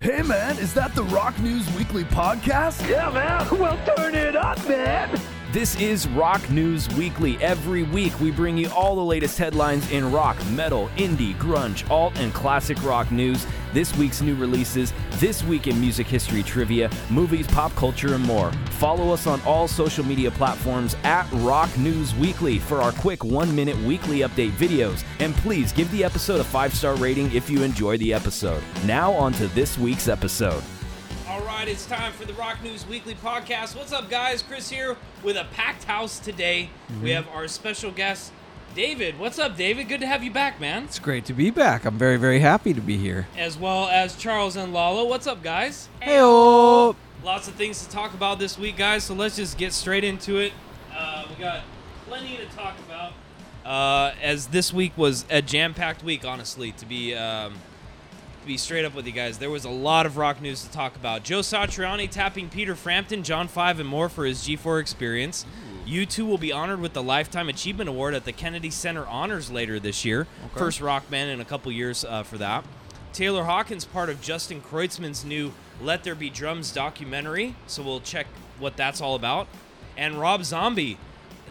Hey man, is that the Rock News Weekly podcast? Yeah, man. Well, turn it up, man. This is Rock News Weekly. Every week, we bring you all the latest headlines in rock, metal, indie, grunge, alt, and classic rock news, this week's new releases, this week in music history trivia, movies, pop culture, and more. Follow us on all social media platforms at Rock News Weekly for our quick one minute weekly update videos. And please give the episode a five star rating if you enjoy the episode. Now, on to this week's episode. All right, it's time for the Rock News Weekly podcast. What's up, guys? Chris here with a packed house today. We have our special guest, David. What's up, David? Good to have you back, man. It's great to be back. I'm very, very happy to be here. As well as Charles and Lalo. What's up, guys? Hey, oh. Lots of things to talk about this week, guys. So let's just get straight into it. Uh, we got plenty to talk about. Uh, as this week was a jam-packed week, honestly. To be um, to be straight up with you guys, there was a lot of rock news to talk about. Joe Satriani tapping Peter Frampton, John Five, and more for his G4 experience. You 2 will be honored with the Lifetime Achievement Award at the Kennedy Center Honors later this year. First rock band in a couple years uh, for that. Taylor Hawkins, part of Justin Kreutzmann's new Let There Be Drums documentary. So we'll check what that's all about. And Rob Zombie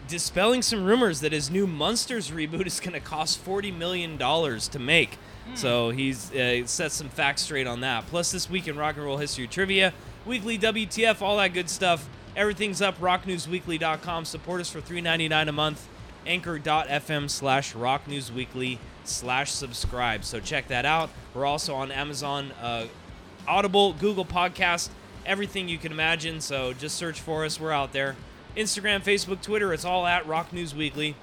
dispelling some rumors that his new Monsters reboot is going to cost $40 million to make. So he's uh, set some facts straight on that. Plus, this week in rock and roll history trivia, weekly WTF, all that good stuff. Everything's up, rocknewsweekly.com. Support us for $3.99 a month. Anchor.fm slash rocknewsweekly slash subscribe. So check that out. We're also on Amazon uh, Audible, Google Podcast, everything you can imagine. So just search for us. We're out there. Instagram, Facebook, Twitter. It's all at Rock News Weekly.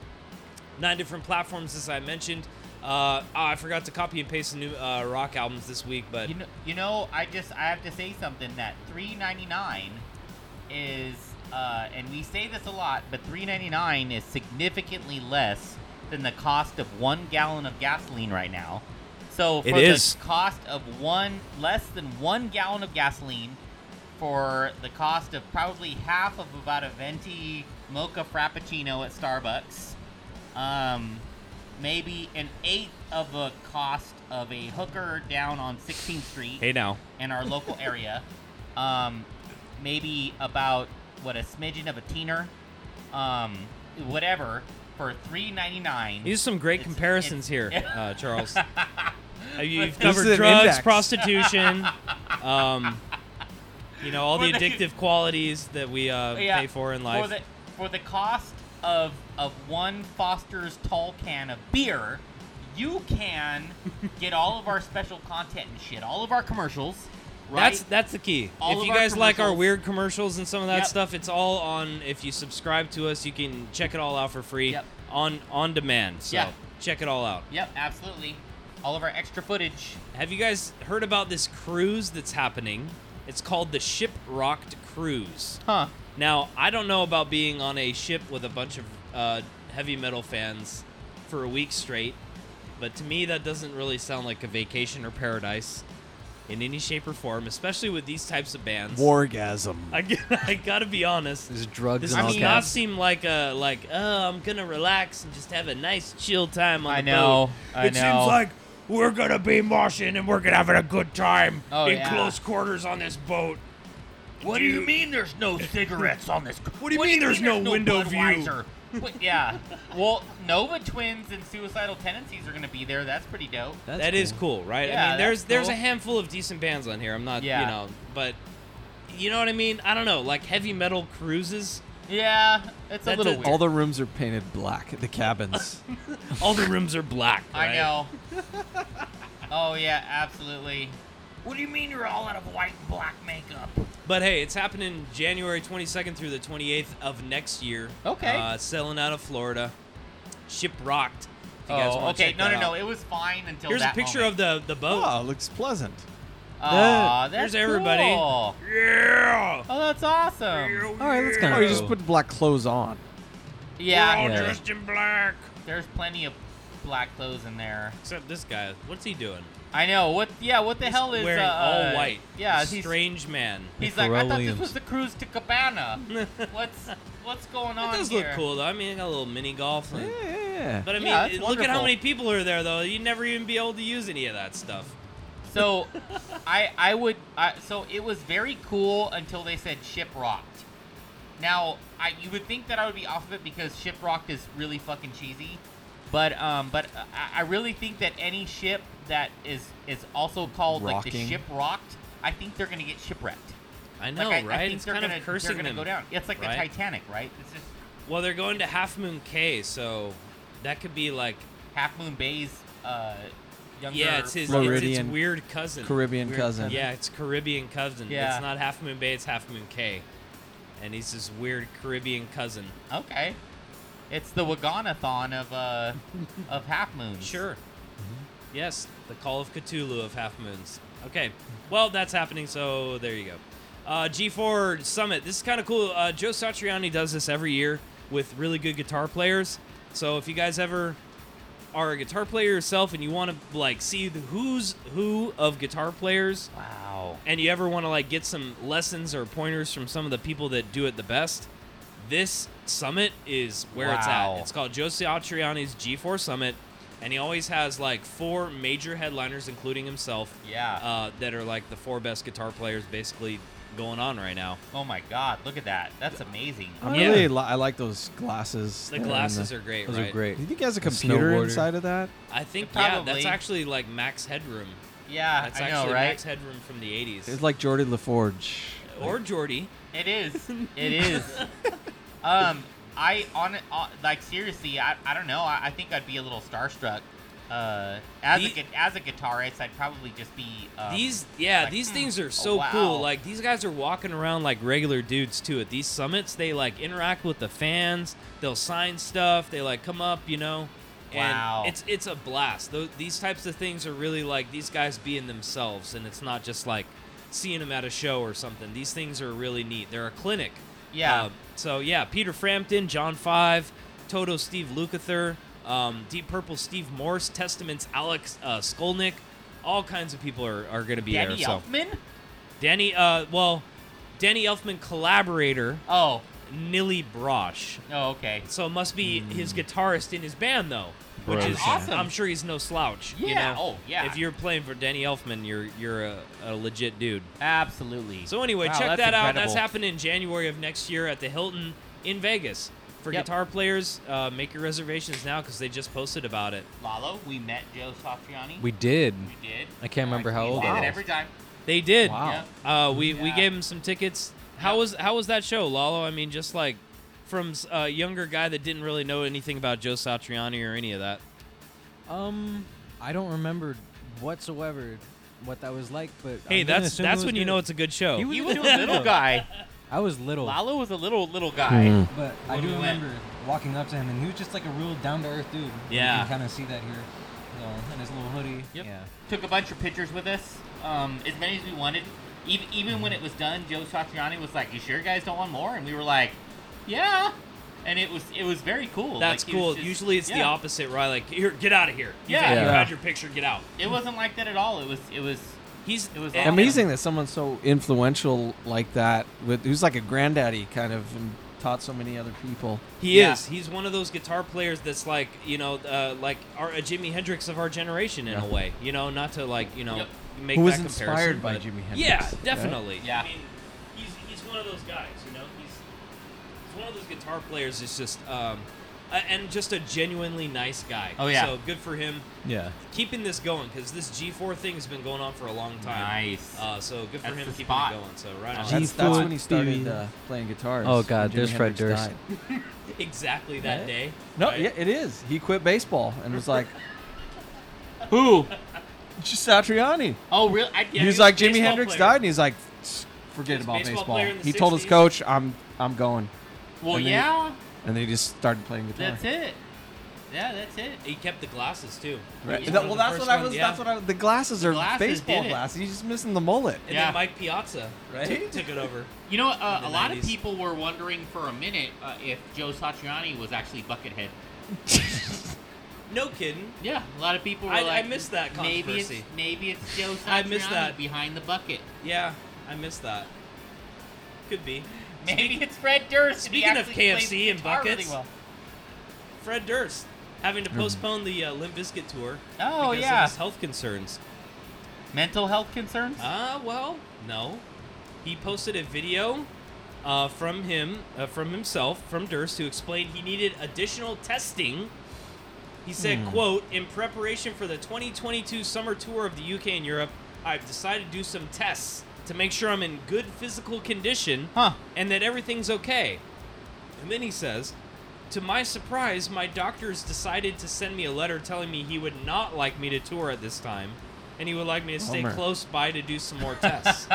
Nine different platforms, as I mentioned. Uh, ah, I forgot to copy and paste the new uh, rock albums this week, but You know, you know, I just I have to say something that 3.99 is uh, and we say this a lot, but 3.99 is significantly less than the cost of 1 gallon of gasoline right now. So for It the is. cost of one less than 1 gallon of gasoline for the cost of probably half of about a venti mocha frappuccino at Starbucks. Um, maybe an eighth of the cost of a hooker down on 16th Street hey now. in our local area. Um, maybe about what a smidgen of a teener, um, whatever for three ninety nine. These are some great It's- comparisons it's- here, uh, Charles. Uh, you- You've This is covered an drugs, index. prostitution, um, you know, all the For the- addictive qualities that we uh, pay for in life. Oh, For the, for the cost of of one Foster's tall can of beer, you can get all of our special content and shit, all of our commercials. Right? That's that's the key. All if of you our guys like our commercials. weird commercials and some of that Yep. stuff, it's all on. If you subscribe to us, you can check it all out for free Yep. on on demand. So Yeah. check it all out. yep, absolutely. All of our extra footage. Have you guys heard about this cruise that's happening? It's called the Shipwrecked Cruise. Huh. Now, I don't know about being on a ship with a bunch of uh, heavy metal fans for a week straight, but to me, that doesn't really sound like a vacation or paradise in any shape or form, especially with these types of bands. Wargasm. I, g- I gotta be honest. There's drugs This and all does not kinds. seem like a like. Oh, I'm gonna relax and just have a nice chill time on I the know. boat. I it know. seems like we're gonna be moshing and we're gonna having a good time Oh, in yeah. close quarters on this boat. What do you mean there's no cigarettes on this? What do you mean there's no window view? view? yeah. Well, Nova Twins and Suicidal Tendencies are gonna be there. That's pretty dope. That's That is cool, right? I Yeah, mean, there's that's there's a cool. handful of decent bands on here. I'm not, you Yeah. know, but you know what I mean. I don't know, like heavy metal cruises. Yeah, it's That's a little a- weird. All the rooms are painted black. The cabins. All the rooms are black. I right? know. oh yeah, absolutely. Oh, What do you mean you're all out of white and black makeup? But hey, it's happening January 22nd through the 28th of next year. Okay. Uh, selling out of Florida. Shipwrecked. If you guys Oh, wanna okay. check No, that no, no. out. It was fine until Here's a that picture moment. of the the boat. oh, looks pleasant. Aw, that's Here's everybody. cool. Yeah. Oh, that's awesome. Um, All right, that's kind of. Oh, you just put black clothes on. We're all Yeah, Yeah. dressed in black. there's plenty of black clothes in there. Except this guy. What's he doing? I know. What? Yeah. What the hell is Wearing uh, all uh, white. Yeah, This he's strange man. He's like, I thought Pharrell this was the cruise to Cabana. what's what's going on That does here? look cool though. I mean, he got a little mini golf. Yeah, and- yeah, yeah. But I mean, Yeah, that's look at how wonderful. many people are there though. You'd never even be able to use any of that stuff. So, I I would I, so it was very cool until they said shiprocked. Now I you would think that I would be off of it because shiprocked is really fucking cheesy, but um but I, I really think that any ship that is is also called like the Rocking. ship rocked, I think they're gonna get shipwrecked. I know, like, I, right? I think it's they're kind gonna of cursing they're gonna him. go down. It's like right? the Titanic, right? It's just Well, they're going to Half Moon K, so that could be like Half Moon Bay's uh younger yeah, it's his it's, it's Floridian- weird cousin, Caribbean Weird cousin. Yeah, it's Caribbean cousin. Yeah. It's not Half Moon Bay, it's Half Moon K, and he's this weird Caribbean cousin. Okay. It's the Waganathon of uh of half moons. Sure. Yes, the Call of Cthulhu of half moons. Okay, well that's happening, so there you go. Uh, G4 Summit. This is kind of cool. Uh, Joe Satriani does this every year with really good guitar players. So if you guys ever are a guitar player yourself and you want to like see the who's who of guitar players, Wow. and you ever want to like get some lessons or pointers from some of the people that do it the best, this summit is where it's Wow. at. It's called Joe Satriani's G4 Summit, and he always has like four major headliners, including himself, Yeah. uh, that are like the four best guitar players basically going on right now. oh my god, look at that. That's amazing. I Yeah. really li- I like those glasses. The there and glasses are great, Those right? are great. Do you think he has a computer snowboarder. inside of that? I think yeah, Probably. that's actually like Max Headroom. Yeah, That's I actually know, right? Max Headroom from the It's '80s. like Jordy LaForge. Or Jordy. It is. It is. um, I on, on like seriously, I, I don't know. I, I think I'd be a little starstruck. Uh, as a The- gu- as a guitarist, I'd probably just be um, These yeah, like, these mm, things oh, are so wow. cool. Like these guys are walking around like regular dudes too at these summits. They like interact with the fans. They'll sign stuff. They like come up, you know. And Wow. it's it's a blast. Tho- these types of things are really like these guys being themselves, and it's not just like seeing them at a show or something. These things are really neat. They're a clinic. Yeah. Um, so yeah, Peter Frampton, John Five, Toto, Steve Lukather, um, Deep Purple, Steve Morse, Testaments, Alex uh, Skolnick, all kinds of people are, are going to be Danny there. So Elfman. Danny, uh, well, Danny Elfman collaborator Oh, Nilly Brosh. oh, okay. So it must be his guitarist in his band though, which Brosh. is Hmm. Awesome. I'm sure he's no slouch. you Yeah, know? oh, yeah. If you're playing for Danny Elfman, you're you're a, a legit dude. Absolutely. So anyway, Wow, check that's that out. That's incredible. happening in January of next year at the Hilton in Vegas. For Yep. guitar players, uh, make your reservations now because they just posted about it. Lalo, we met Joe Satriani. We did. We did. I can't remember how We old did I it was. every time. They did. Wow. Uh, we we Yeah. gave him some tickets. How Yep. was how was that show, Lalo? I mean, just like from s- a younger guy that didn't really know anything about Joe Satriani or any of that. Um, I don't remember whatsoever what that was like, but Hey, that's that's when you know it's a good show. He He We was a did. little guy. I was Oh. little, Lalo was a little little guy. Hmm. but I When do we went- remember walking up to him, and he was just like a real down to earth dude. Yeah. you can kind of see that here, you know, in his little hoodie. Yep. Yeah, took a bunch of pictures with us, um, as many as we wanted. Even, even when it was done, Joe Satriani was like, "You sure you guys don't want more?" And we were like, "Yeah." And it was it was very cool. that's Like, it was cool. just- Usually it's the yeah. opposite, right? Like here, get out of here. You Yeah. think you Yeah. had your picture. Get out. It wasn't like that at all. It was it was He's It was and- Amazing that someone so influential like that, with who's like a granddaddy kind of, and taught so many other people. He Yeah. is. He's one of those guitar players that's like, you know, uh, like our, a Jimi Hendrix of our generation in a way. You know, not to like, you know, Yep. make Who was that comparison. inspired by but- Jimi Hendrix, Yeah, right? definitely. Yeah. I mean, he's, he's one of those guys, you know. He's, he's one of those guitar players that's just, um, a, and just a genuinely nice guy. Oh, yeah. So good for him. yeah. Keeping this going because this G4 thing has been going on for a long time. Nice. Uh, so good for That's him the keeping spot. it going. So right on. That's, that's G4 when he started TV. uh, playing guitars. Oh, when God, Jimi there's Fred Hendrix Durst. died. exactly that Right? day. No, right? yeah, it is. He quit baseball and was like, "Who? Just Satriani." oh really? I, yeah, he's he was like, a "Jimi baseball Hendrix player. died," and he's like, "Tsk, He "Forget was a about baseball baseball." player in the He told his 60s. coach, "I'm, I'm going," well, and they- yeah. and they just started playing guitar. That's it. Yeah, that's it. He kept the glasses too. Right. He was That- one of well, the that's first what I ones- was. yeah. That's what I, the glasses are glasses baseball did it. glasses. He's just missing the mullet. And Yeah. then Mike Piazza Right? took, took it over. You know, uh, In the a lot of 90s. people were wondering for a minute uh, if Joe Satriani was actually Buckethead. No kidding. Yeah, a lot of people were I- I like, missed that Maybe it's controversy. maybe it's Joe Satriani I missed that. behind the bucket. Yeah, I missed that. Could be. Maybe it's Fred Durst. and he Speaking of actually plays KFC and guitar buckets, really well. Fred Durst having to postpone the uh, Limp Bizkit tour Mm. Oh, because yeah. of his health concerns. Mental health concerns? Uh, well, no. He posted a video uh, from him, uh, from himself, from Durst, who explained he needed additional testing. He said, Hmm. "quote In preparation for the 2022 summer tour of the UK and Europe, I've decided to do some tests to make sure I'm in good physical condition Huh. and that everything's okay." And then he says, "To my surprise, my doctors decided to send me a letter telling me he would not like me to tour at this time." And he would like me to stay Bummer. close by to do some more tests.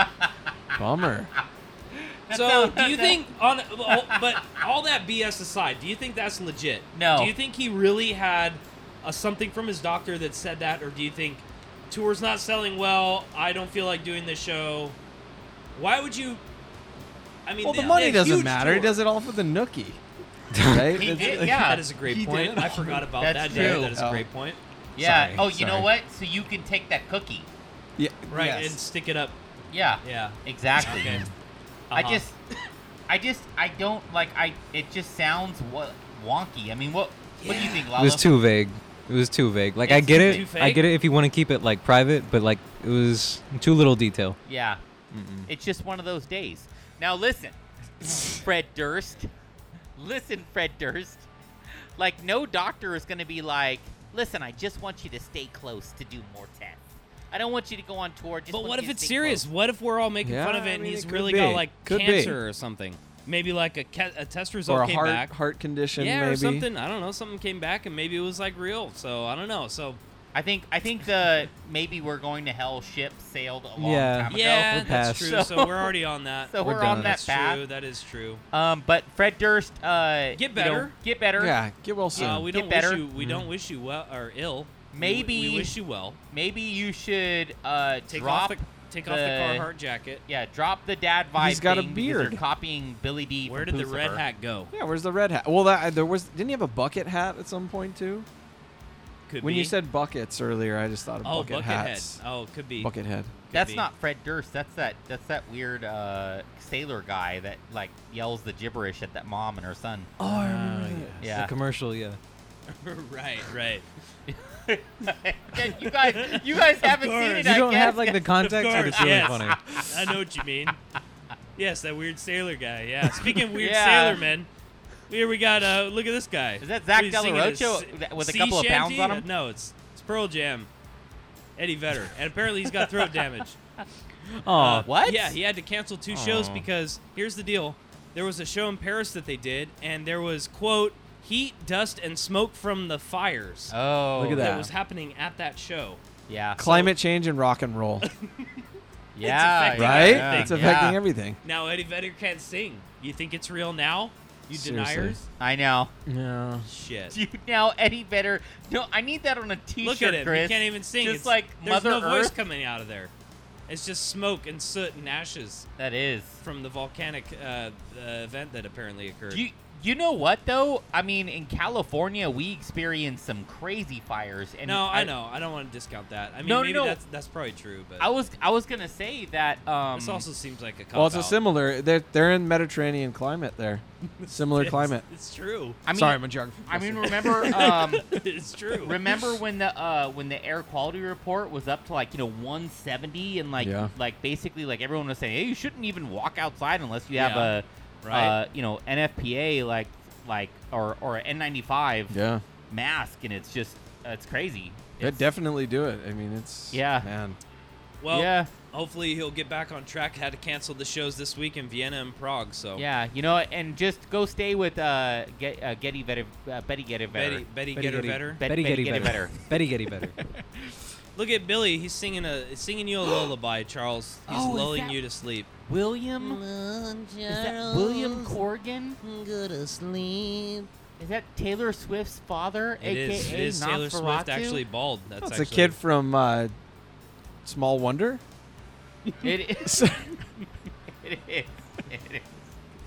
Bummer. So, do you think on but all that BS aside, do you think that's legit? No. Do you think he really had uh something from his doctor that said that, or do you think tour's not selling well? I don't feel like doing this show. Why would you? I mean, Well, the they- money they had a doesn't huge matter. He tour. does it all for the nookie. Right? He It's did, like- yeah. That is a great point. I forgot about That's that. Dan. true. That is a Oh. great point. Yeah. Sorry, oh, you know sorry. what? So you can take that cookie. Yeah, Right, yes. and stick it up. Yeah. Yeah. Exactly. Okay. Mm-hmm. I Uh-huh. just, I just, I don't like. I. It just sounds wa- wonky. I mean, what? What do you think, It Lalo? was too vague. It was too vague. Like I It's get too it. I vague? get it if you want to keep it like private, but like it was too little detail. Yeah. It's just one of those days. Now listen, Fred Durst. Listen, Fred Durst. Like no doctor is going to be like, "Listen, I just want you to stay close to do more tests. I don't want you to go on tour." Just But want what you if to it's stay serious? close." What if we're all making Yeah, fun of it I and mean, he's it could really be. got like Could be. cancer or something? Maybe like a, ca- a test result or a came heart back. heart condition yeah, maybe. or something. I don't know. Something came back and maybe it was like real. So I don't know. So I think I think the maybe we're going to hell ship sailed a long Yeah. time ago. yeah, We're that's past. true. So, So- we're already on that. So We're we're, on done. that that's path. true. That is true. Um, but Fred Durst, uh, Get you know, better. get better. Yeah, get Mm-hmm. well soon. Uh, we Get don't better. wish you. We don't wish you well or ill. We- we, Maybe- wish you well. Maybe you should uh, Take drop. off the take off the the- Carhartt jacket. yeah, drop the dad vibe. He's got a thing because they're beard. copying Billy D. Where from did the red Lucifer. hat go? yeah, where's the red hat? Well, that there was didn't he have a bucket hat at some point too? Could When be. you said buckets earlier, I just thought of oh bucket bucket hats. head. Oh, could be. Bucket head. That's be. not Fred Durst. That's that. That's that weird uh, sailor guy that like yells the gibberish at that mom and her son. Oh, I remember that. The Yeah. commercial, yeah. right, right. Yeah, you guys, you guys haven't seen it. You I don't guess. have like the context, but it's really yes. funny. I know what you mean. Yes, that weird sailor guy. Yeah. Speaking of weird Yeah. sailor men, here we got. Uh, look at this guy. Is that Zach He's singing Delarocho s- that- with a sea couple of pounds shanty? on him? No, it's it's Pearl Jam. Eddie Vedder, and apparently he's got throat damage. Oh, Uh, what? Yeah, he had to cancel two shows because here's the deal: there was a show in Paris that they did, and there was quote heat, dust, and smoke from the fires Oh, Look at that that. was happening at that show. Yeah, Climate change and rock and roll, yeah, affecting right? Yeah. It's affecting Yeah. everything. Now Eddie Vedder can't sing. You think it's real now? You Seriously. deniers? I know. Yeah. Shit. Do you now Eddie Vedder? No, I need that on a T-shirt, Look at him. Chris. He can't even sing. Just it's, like there's Mother no voice Earth. coming out of there. It's just smoke and soot and ashes that is. from the volcanic uh, uh, event that apparently occurred. You you know what though? I mean, in California, we experienced some crazy fires. And no, I, know. I don't want to discount that. I mean, No, no, maybe no. that's that's probably true, but I was I was gonna say that. Um, this also seems like a cop Well, it's a out. similar. They're they're in Mediterranean climate there, similar It's- climate. It's true. I mean, Sorry, my geography. I mean, remember, um, it's true. remember when the uh, when the air quality report was up to like you know 170 and like Yeah. like basically like everyone was saying, hey, you shouldn't even walk outside unless you have Yeah, a right. uh, you know NFPA like like or or an N95 yeah, mask, and it's just uh, it's crazy. they It's- definitely do it. I mean, it's Yeah. man. well, yeah. hopefully he'll get back on track. Had to cancel the shows this week in Vienna and Prague, so Yeah, you know, and just go stay with uh, Get, uh Getty Vetter, uh, Betty Getty Vetter. Betty, Betty, get her better. Bet- Betty Betty Getty Getty better. better. Betty Getty better. Look at Billy. He's singing a he's singing you a lullaby, Charles. He's Oh, is lulling that- you to sleep. William, is that William Corgan? Go to sleep. Is that Taylor Swift's father, It aka is. It is Taylor Swift Nosferatu? actually bald. That's That's actually, a kid from uh, Small Wonder. It is. it is. It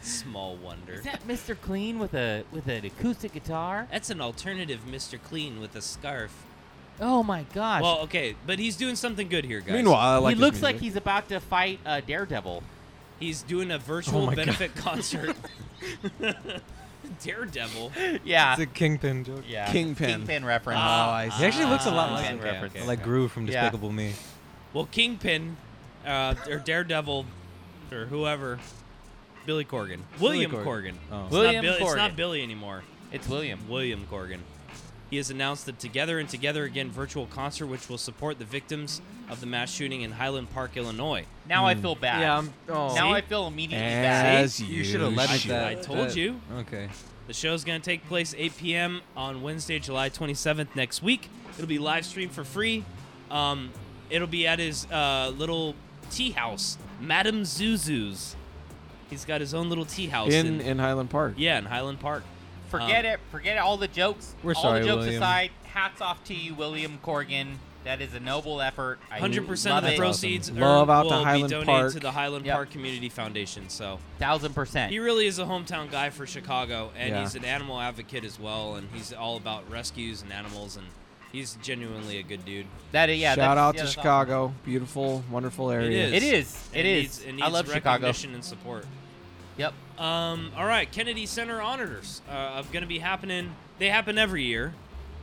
Small wonder. is. Is that Mr. Clean with a with an acoustic guitar? That's an alternative, Mr. Clean with a scarf. Oh my gosh! Well, okay, but he's doing something good here, guys. Meanwhile, I like his he looks like music. he's about to fight uh, Daredevil. he's doing a virtual Oh my God. benefit concert. Daredevil. yeah. It's a kingpin joke. yeah. Kingpin. Kingpin reference. Oh, I He actually looks a lot Ah, like okay, reference. okay. like Gru from Yeah. Despicable Me. Well, Kingpin, uh, or Daredevil, or whoever, Billy Corgan, William Corgan. Corgan. Oh. It's William not Billy, It's Corgan. not Billy anymore. It's William. William Corgan. He has announced the Together and Together Again virtual concert, which will support the victims of the mass shooting in Highland Park, Illinois. Now I feel bad. Yeah, I'm- oh. Now See? I feel immediately bad. As See? you, You should've let should. that- I told you. Okay. The show's going to take place 8 p.m. on Wednesday, July 27th next week. It'll be live streamed for free. Um, it'll be at his uh, little tea house, Madame Zuzu's. He's got his own little tea house in in Highland Park. yeah in Highland Park. Forget Um, it. Forget all the jokes. We're all sorry, the jokes William. aside, hats off to you, William Corgan. That is a noble effort. I 100% love of the it. proceeds Awesome. Love earned out to will be Highland donated Park. to the Highland Yep. Park Community Foundation. So Thousand percent. he really is a hometown guy for Chicago, and Yeah. he's an animal advocate as well, and he's all about rescues and animals, and he's genuinely a good dude. That yeah. Shout that's- out yeah, to that's awesome. Chicago. Beautiful, wonderful area. is. It is. And It is. needs- and I needs love Chicago. recognition and support. Yep. Um, all right, Kennedy Center Honors uh, are going to be happening. They happen every year,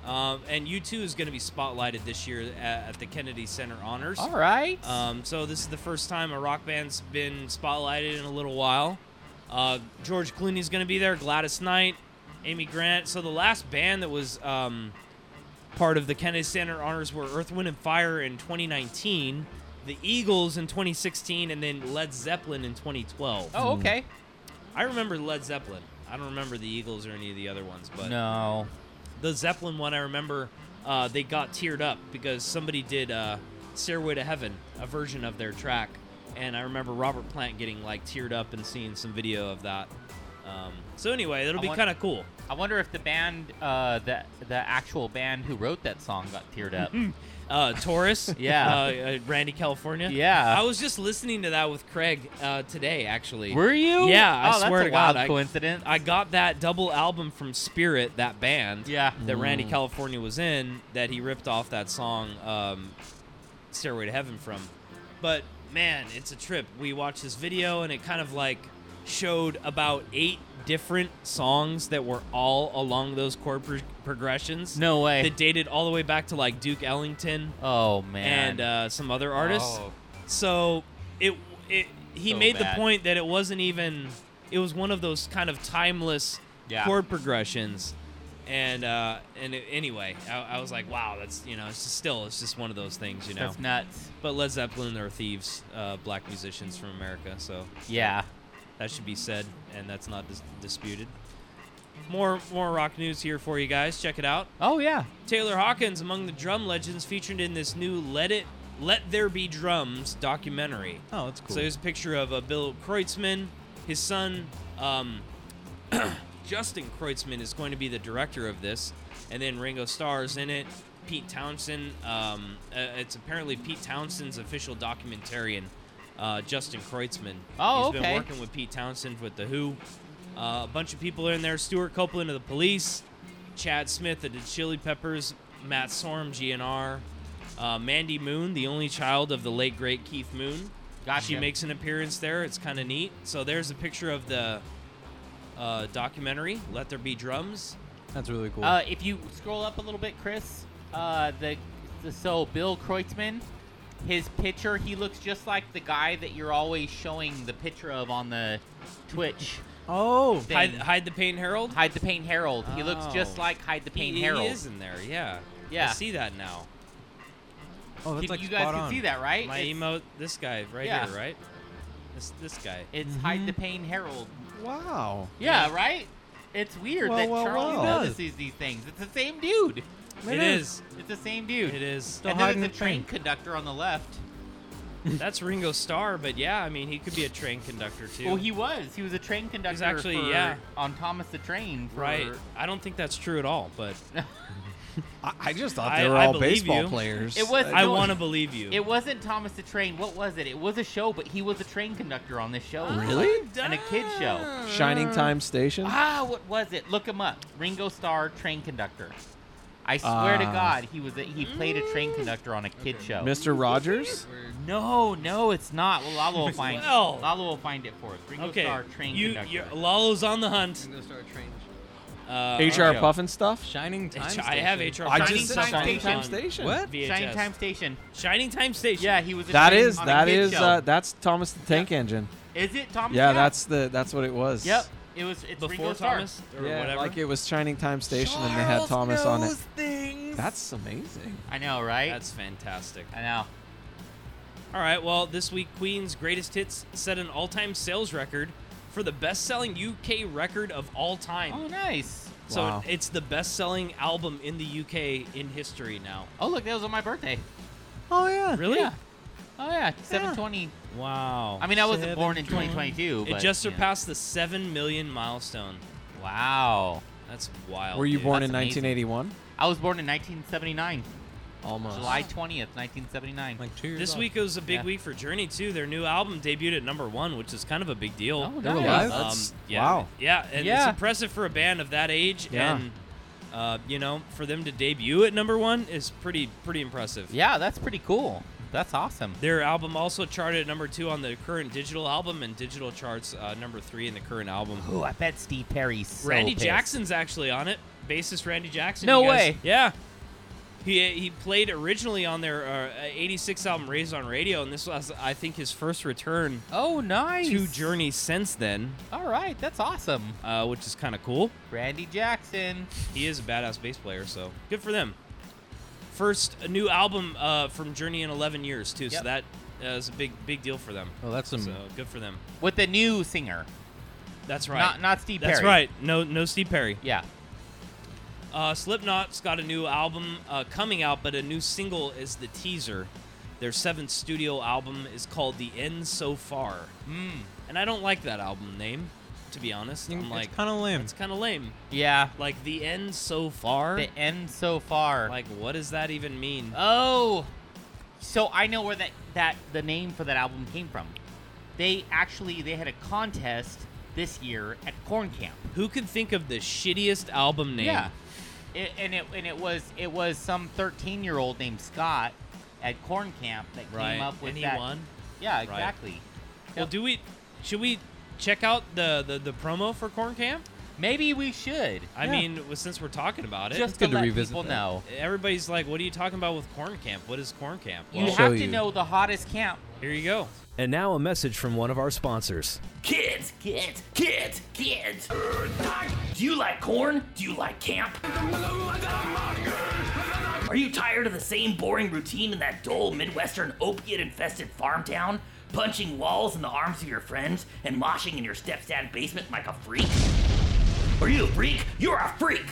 um, and U2 is going to be spotlighted this year at, at the Kennedy Center Honors. All right. Um, so this is the first time a rock band's been spotlighted in a little while. Uh, George Clooney's going to be there. Gladys Knight, Amy Grant. So the last band that was um, part of the Kennedy Center Honors were Earth, Wind, and Fire in 2019, the Eagles in 2016, and then Led Zeppelin in 2012. oh okay. I remember Led Zeppelin. I don't remember the Eagles or any of the other ones, but No. the Zeppelin one, I remember uh, they got teared up because somebody did uh, Stairway to Heaven, a version of their track. And I remember Robert Plant getting like teared up and seeing some video of that. Um, so, anyway, it'll I be want- kind of cool. I wonder if the band, uh, the the actual band who wrote that song, got teared up. Uh, Taurus, Yeah. uh, uh, Randy California, Yeah. I was just listening to that with Craig uh, today, actually. Were you? Yeah, I oh, swear that's to a wild God, I- coincidence. I got that double album from Spirit, that band. yeah. that Randy Mm. California was in that he ripped off that song um, "Stairway to Heaven" from. But man, it's a trip. We watched this video and it kind of like showed about eight different songs that were all along those chord pro- progressions. No way. that dated all the way back to like Duke Ellington oh man. and uh, some other artists. Oh. So it it he So made bad. the point that it wasn't even it was one of those kind of timeless Yeah. chord progressions. And uh, and it- anyway, I, I was like, wow, that's you know, it's just still it's just one of those things, you know. that's nuts. But Led Zeppelin are thieves, uh, black musicians from America, so Yeah. that should be said, and that's not dis- disputed. More more rock news here for you guys. Check it out. Oh yeah. Taylor Hawkins among the drum legends featured in this new "Let It Let There Be Drums" documentary. Oh, that's cool. So here's a picture of uh, Bill Kreutzmann. His son, um, Justin Kreutzmann, is going to be the director of this, and then Ringo Starr's in it. Pete Townsend. Um, uh, it's apparently Pete Townsend's official documentarian, uh, Justin Kreutzmann. Oh, He's okay. been working with Pete Townsend with the Who. Uh, a bunch of people are in there. Stuart Copeland of the Police, Chad Smith of the Chili Peppers, Matt Sorm, GNR, uh, Mandy Moon, the only child of the late great Keith Moon. Gotcha. She makes an appearance there. It's kind of neat. So there's a picture of the uh, documentary. Let there be drums. That's really cool. Uh, if you scroll up a little bit, Chris, uh, the, the so Bill Kreutzmann, his picture, he looks just like the guy that you're always showing the picture of on the Twitch. oh, thing. Hide, hide the pain, Harold. Hide the Pain Herald. He looks just Oh. like Hide the Pain he, Herald. He is in there. Yeah. Yeah. I see that now. oh, that's Can- like you guys spot can on. see that, right? My it's emo. This guy right Yeah. here, right? This this guy. it's Hide the Pain Herald. Wow. Yeah, right? It's weird Well, that well, Charlie well. notices these things. It's the same dude. it is. It's the same dude. It is. And hiding then there's the a train conductor on the left. That's Ringo Starr, but yeah, I mean he could be a train conductor too. Well, he was. He was a train conductor. actually- for- yeah. on Thomas the Train. For, right. I don't think that's true at all, but I, I just thought I- they were I all believe baseball you. players. It was. I no, want to believe you. It wasn't Thomas the Train. What was it? It was a show, but he was a train conductor on this show. Really? And a kid show. Shining Time Station. Ah, what was it? Look him up. Ringo Starr, train conductor. I swear to Ah. God, he was. A, he played a train conductor on a kid show. Mr. Rogers. No, no, it's not. Well, Lalo will find. Well. Lalo will find it for us. Ringo okay. Starr, train you, conductor. you- Lalo's on the hunt. Ringo Starr train. Uh, HR Argo. Puffin stuff. Shining Time I have Station. HR. I Puffin just stuff said Shining on Time Station. What? VHS. Shining Time Station. Shining Time Station. Yeah, he was. A That kid is on a that kid is show. uh, that's Thomas the Tank Engine. is it Thomas? Yeah, Scott? that's the that's what it was. Yep. It was. It's Ringo Before Starr. Thomas or yeah, whatever. like it was Shining Time Station, and they had Thomas on it. That's amazing. I know, right? That's fantastic. I know. All right. Well, this week Queen's Greatest Hits set an all-time sales record for the best-selling UK record of all time. Oh, nice. So Wow. it's the best-selling album in the UK in history now. Oh, look, that was on my birthday. Oh yeah. Really? Yeah. Oh yeah, 720. Wow. I mean, I wasn't born in 2022. it but, just you know. surpassed the seven million milestone. Wow. That's wild. Were you dude. Uh, born that's in amazing. 1981? I was born in 1979, Almost. July 20th, 1979. Like two years This old. week it was a big Yeah. week for Journey too. Their new album debuted at number one, which is kind of a big deal. Oh, They were nice. live? Um, That's- yeah, wow. Yeah, and it's Yeah. impressive for a band of that age, Yeah. and uh, you know, for them to debut at number one is pretty pretty impressive. Yeah, that's pretty cool. That's awesome. Their album also charted at number two on the current digital album and digital charts uh, number three in the current album. Oh, I bet Steve Perry's so Randy pissed. Jackson's actually on it. Bassist Randy Jackson. No you guys- way. Yeah. He, he played originally on their uh, 86 album Raised on Radio, and this was, I think, his first return Oh, nice. to Journey since then, All right, that's awesome. uh, which is kind of cool. Randy Jackson. He is a badass bass player, so good for them. First new album uh, from Journey in 11 years, too, so Yep. that uh, is a big big deal for them. Oh, that's some. So good for them. With the new singer. That's right. Not not Steve That's Perry. right. No, no Steve Perry. Yeah. Uh, Slipknot's got a new album uh, coming out, but a new single is the teaser. Their seventh studio album is called "The End So Far," Mm. and I don't like that album name, to be honest. I'm like, it's kind of lame. it's kind of lame. Yeah. Like "The End So Far," The end so far. like what does that even mean? Oh, so I know where that that the name for that album came from. They actually they had a contest this year at Corn Camp. Who could think of the shittiest album name? Yeah, it, and it and it was it was some thirteen year old named Scott at Corn Camp that right. came up with and he that. won. Yeah, exactly. Well, do we? Should we check out the the, the promo for Corn Camp? Maybe we should I mean, since we're talking about it, just good to to let revisit people that. know. everybody's like, "What are you talking about with Corn Camp? What is Corn Camp?" You Well- have Show to you. know the hottest camp. Here you go. And now a message from one of our sponsors. Kids, kids, kids, kids. Do you like corn? Do you like camp? Are you tired of the same boring routine in that dull Midwestern opiate infested farm town? Punching walls in the arms of your friends and moshing in your stepdad basement like a freak? Are you a freak? You're a freak!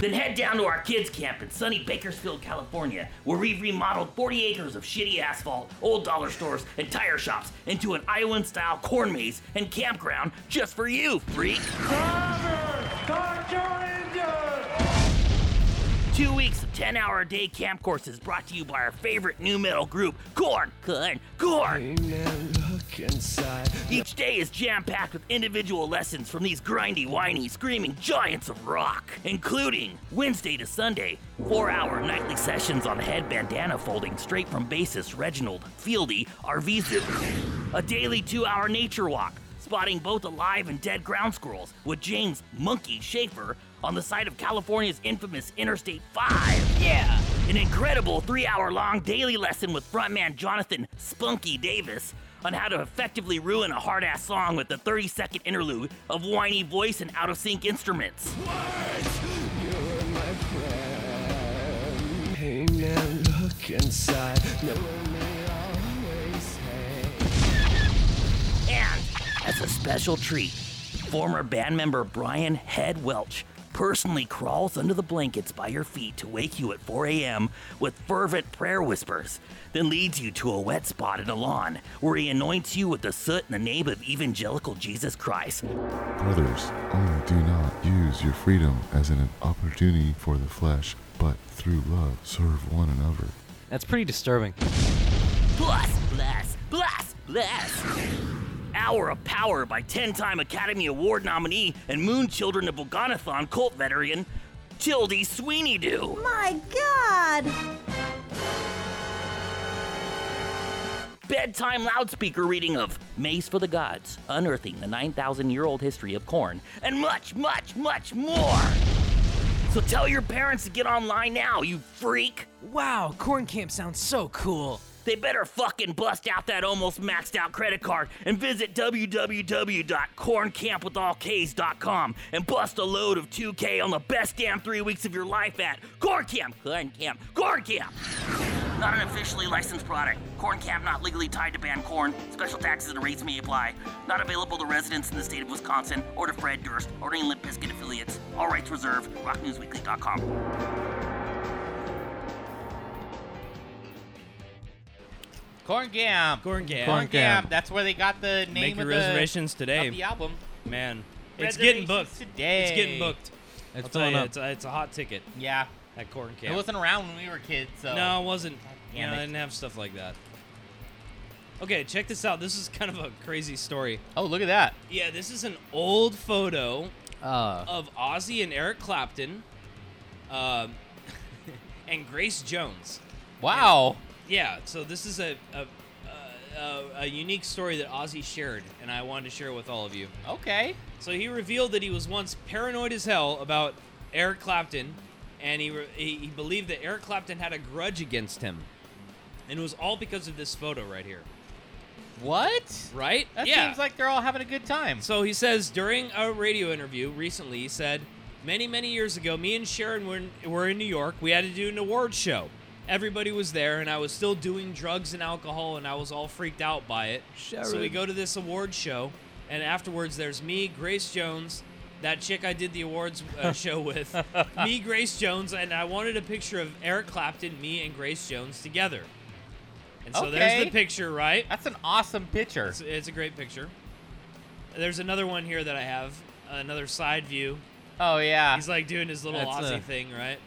Then head down to our kids' camp in sunny Bakersfield, California, where we've remodeled 40 acres of shitty asphalt, old dollar stores, and tire shops into an Iowan style corn maze and campground just for you, freak. Two weeks of 10 hour a day camp courses brought to you by our favorite new metal group, Corn, Corn, Corn. Each day is jam packed with individual lessons from these grindy, whiny, screaming giants of rock, including Wednesday to Sunday, four hour nightly sessions on head bandana folding straight from bassist Reginald Fieldy Arvizu, a daily two hour nature walk, spotting both alive and dead ground squirrels with James Monkey Schaefer on the side of California's infamous Interstate 5. Yeah! An incredible three hour long daily lesson with frontman Jonathan Spunky Davis on how to effectively ruin a hard ass song with a 30 second interlude of whiny voice and out of sync instruments. And as a special treat, former band member Brian Head Welch personally crawls under the blankets by your feet to wake you at 4 a.m. with fervent prayer whispers, then leads you to a wet spot in a lawn where he anoints you with the soot in the name of evangelical Jesus Christ. Brothers, only do not use your freedom as an opportunity for the flesh, but through love serve one another. That's pretty disturbing. Bless, bless, bless, bless. Hour of Power by 10 time Academy Award nominee and Moon Children of Bogonathon cult veteran, Tildy Sweeney Doo. My God! bedtime loudspeaker reading of Maze for the Gods, unearthing the 9,000 year old history of corn, and much, much, much more. So tell your parents to get online now, you freak! Wow, corn camp sounds so cool. They better fucking bust out that almost maxed out credit card and visit www.corncampwithallks.com and bust a load of 2K on the best damn three weeks of your life at Corn Camp, Corn Camp, Corn Camp. Not an officially licensed product. Corn Camp not legally tied to banned corn. Special taxes and rates may apply. Not available to residents in the state of Wisconsin or to Fred Durst or any Limp Bizkit affiliates. All rights reserved. RockNewsWeekly.com. Corn Camp. Corn Camp. Corn Camp. That's where they got the name Make of your the- reservations today. of the album. Man, it's getting booked. Reservations today. It's getting booked. It's I'll tell filling you, up. It's, a, it's a hot ticket. Yeah. At Corn It Camp. wasn't around when we were kids, so. No, it wasn't. You Damn know, it. they didn't have stuff like that. Okay, check this out. This is kind of a crazy story. Oh, look at that. Yeah, this is an old photo Uh. of Ozzy and Eric Clapton um, and Grace Jones. Wow. Yeah, so this is a, a, a, a, a unique story that Ozzy shared, and I wanted to share with all of you. Okay. So he revealed that he was once paranoid as hell about Eric Clapton, and he, re- he, he believed that Eric Clapton had a grudge against him. And it was all because of this photo right here. What? Right? That yeah. seems like they're all having a good time. So he says during a radio interview recently, he said, Many, many years ago, me and Sharon were in, were in New York. We had to do an award show. Everybody was there, and I was still doing drugs and alcohol, and I was all freaked out by it. So we Sharon. go to this award show, and afterwards, there's me, Grace Jones, that chick I did the awards uh, show with, me, Grace Jones, and I wanted a picture of Eric Clapton, me, and Grace Jones together. And so there's Okay. the picture, right? That's an awesome picture. It's, it's a great picture. There's another one here that I have, another side view. Oh yeah. He's like doing his little That's Aussie a- thing, right?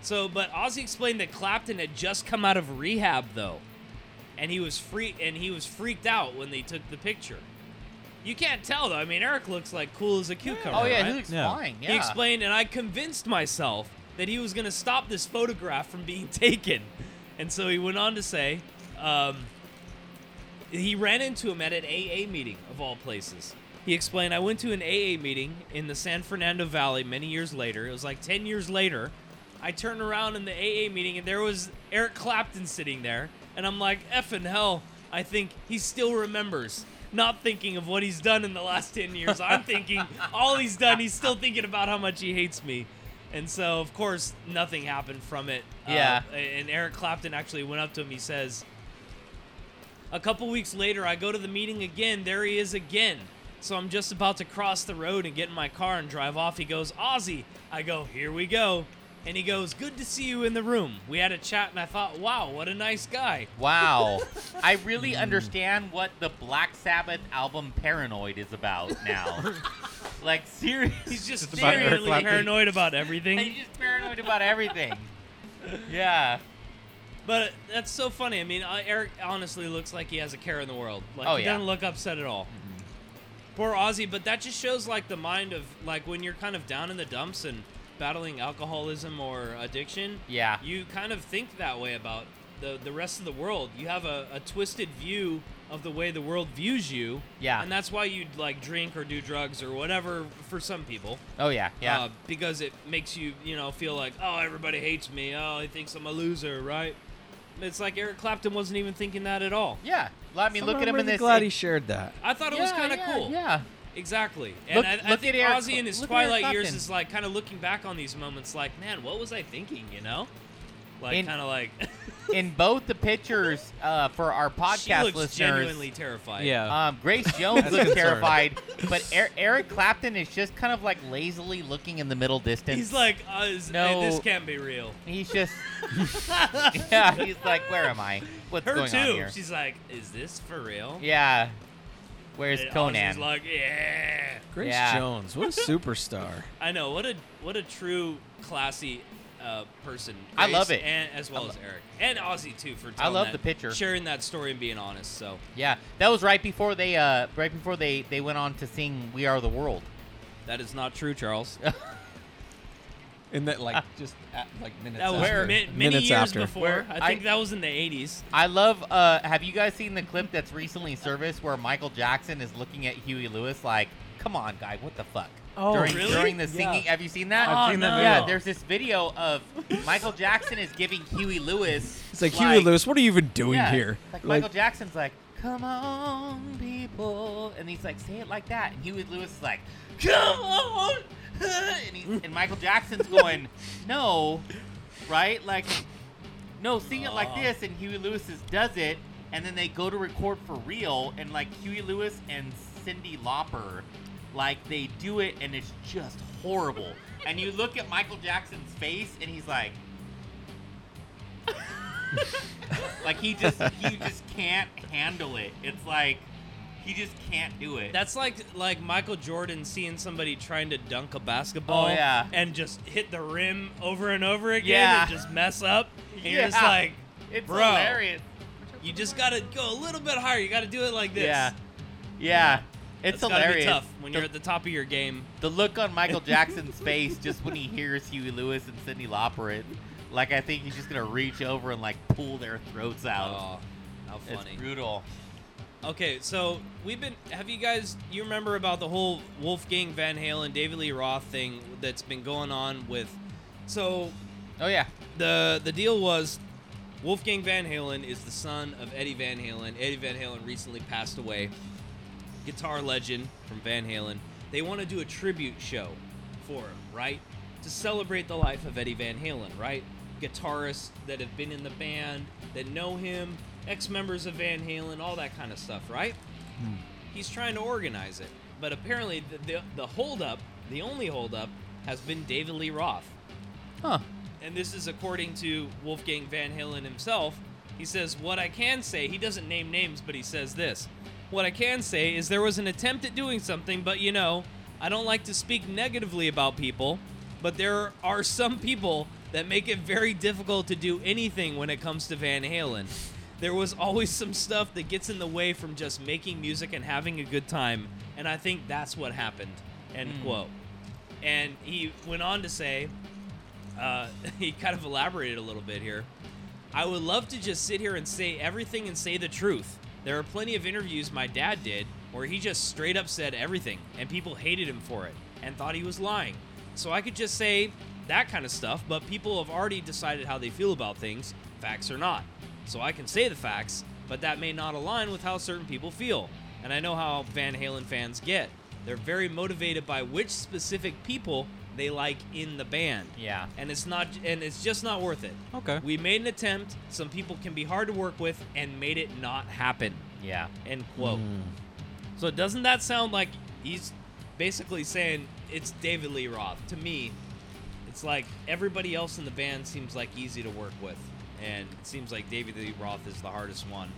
So, but Ozzy explained that Clapton had just come out of rehab though, and he was free and he was freaked out when they took the picture. You can't tell though. I mean, Eric looks like cool as a cucumber. Oh, yeah, he right? looks Yeah. fine, He yeah. explained, and I convinced myself that he was going to stop this photograph from being taken, and so he went on to say. Um, he ran into him at an AA meeting of all places. He explained, "I went to an AA meeting in the San Fernando Valley many years later. It was like 10 years later. I turned around in the AA meeting and there was Eric Clapton sitting there, and I'm like, "Effing hell, I think he still remembers." Not thinking of what he's done in the last 10 years. I'm thinking all he's done, he's still thinking about how much he hates me. And so, of course, nothing happened from it. Uh, Yeah. and Eric Clapton actually went up to him. He says, a couple weeks later, I go to the meeting again. There he is again. So I'm just about to cross the road and get in my car and drive off. He goes, Ozzy. I go, here we go. And he goes, good to see you in the room. We had a chat, and I thought, wow, what a nice guy. Wow. I Hmm. really understand what the Black Sabbath album Paranoid is about now. like seriously, He's just about Eric seriously Clapton. paranoid about everything. He's just paranoid about everything. Yeah. But that's so funny. I mean, uh, Eric honestly looks like he has a care in the world. Like Oh, he yeah. Mm-hmm. doesn't look upset at all. Poor Ozzy, but that just shows like the mind of like when you're kind of down in the dumps and battling alcoholism or addiction. Yeah. You kind of think that way about the the rest of the world. You have a, a twisted view of the way the world views you. Yeah. And that's why you'd like drink or do drugs or whatever for some people. Oh yeah, yeah. Uh, because it makes you, you know, feel like, oh, everybody hates me. Oh, he thinks I'm a loser, right? It's like Eric Clapton wasn't even thinking that at all. Yeah. Well, I mean, look I'm at him in really this. glad he shared that. I thought it was Yeah, kind of yeah, cool. yeah. Exactly. And Look- I, I look think at Eric Ozzy Cl- in his look at Eric twilight years Clapton. is like kind of looking back on these moments like, man, what was I thinking, you know? Like, In- kind of like, in both the pictures uh, for our podcast looks listeners. genuinely terrified. Yeah. Um, Grace Jones That's looks concerning. terrified, but er- Eric Clapton is just kind of like lazily looking in the middle distance. he's like, uh, is, No. hey, this can't be real. He's just, yeah, he's like, where am I? What's Her going too. on here? She's like, is this for real? yeah. Where's And Ozzy's Conan? like, yeah. Grace Jones, what a superstar. I know what a what a true classy uh, person. I love Grace it. and as well I as lo- Eric and Ozzy too for. I love telling the that- picture. sharing that story and being honest. So Yeah, that was right before they, uh, right before they, they went on to sing "We Are the World." that is not true, Charles. in that Ah. like just at, like minutes. That was after. mi- many minutes years after. before. I think that was in the 80s. I love. Uh, have you guys seen the clip that's recently serviced where Michael Jackson is looking at Huey Lewis like, "Come on, guy, what the fuck?" Oh, during, really? During the Yeah. singing, have you seen that? I've Oh, seen that no. video. Yeah, there's this video of Michael Jackson is giving Huey Lewis. It's like, Huey Lewis, what are you even doing Yeah, here? Like, Like- Michael Jackson's like, "Come on, people," and he's like, "Say it like that," and Huey Lewis is like, "Come on," and, he, and Michael Jackson's going, "No," right? Like, no, sing it like this, and Huey Lewis is, does it, and then they go to record for real, and like Huey Lewis and Cindy Lauper, like they do it, and it's just horrible. and you look at Michael Jackson's face, and he's like, like he just he just can't handle it. It's like he just can't do it. That's like like Michael Jordan seeing somebody trying to dunk a basketball Oh, yeah. and just hit the rim over and over again Yeah. and just mess up. And You're just Yeah. like, It's bro, hilarious. you just got to go a little bit higher. You got to do it like this. Yeah. Yeah. It's That's gotta hilarious. Be tough when you're at the top of your game. The look on Michael Jackson's face just when he hears Huey Lewis and Cindy Lauper, it, like I think he's just gonna reach over and like pull their throats out. Oh, how funny. It's brutal. Okay, so we've been. Have you guys? You remember about the whole Wolfgang Van Halen, David Lee Roth thing that's been going on with? So, oh yeah. The the deal was, Wolfgang Van Halen is the son of Eddie Van Halen. Eddie Van Halen recently passed away. Guitar legend from Van Halen. They want to do a tribute show for him, right? To celebrate the life of Eddie Van Halen, right? Guitarists that have been in the band, that know him, ex members of Van Halen, all that kind of stuff, right? He's trying to organize it, but apparently the the, the holdup, the only holdup, has been David Lee Roth. Huh. And this is according to Wolfgang Van Halen himself. He says, "What I can say, he doesn't name names, but he says this. What I can say is there was an attempt at doing something, but you know, I don't like to speak negatively about people, but there are some people that make it very difficult to do anything when it comes to Van Halen. There was always some stuff that gets in the way from just making music and having a good time, and I think that's what happened." End Mm. quote. And he went on to say, uh, he kind of elaborated a little bit here. I would love to just sit here and say everything and say the truth. There are plenty of interviews my dad did where he just straight up said everything, and people hated him for it and thought he was lying. So I could just say that kind of stuff, but people have already decided how they feel about things, facts or not. So I can say the facts, but that may not align with how certain people feel. And I know how Van Halen fans get. They're very motivated by which specific people they like in the band Yeah. and it's not and it's just not worth it. Okay. We made an attempt. Some people can be hard to work with, and made it not happen. Yeah. End quote. Hmm. So doesn't that sound like he's basically saying it's David Lee Roth? To me, it's like everybody else in the band seems like easy to work with, and it seems like David Lee Roth is the hardest one.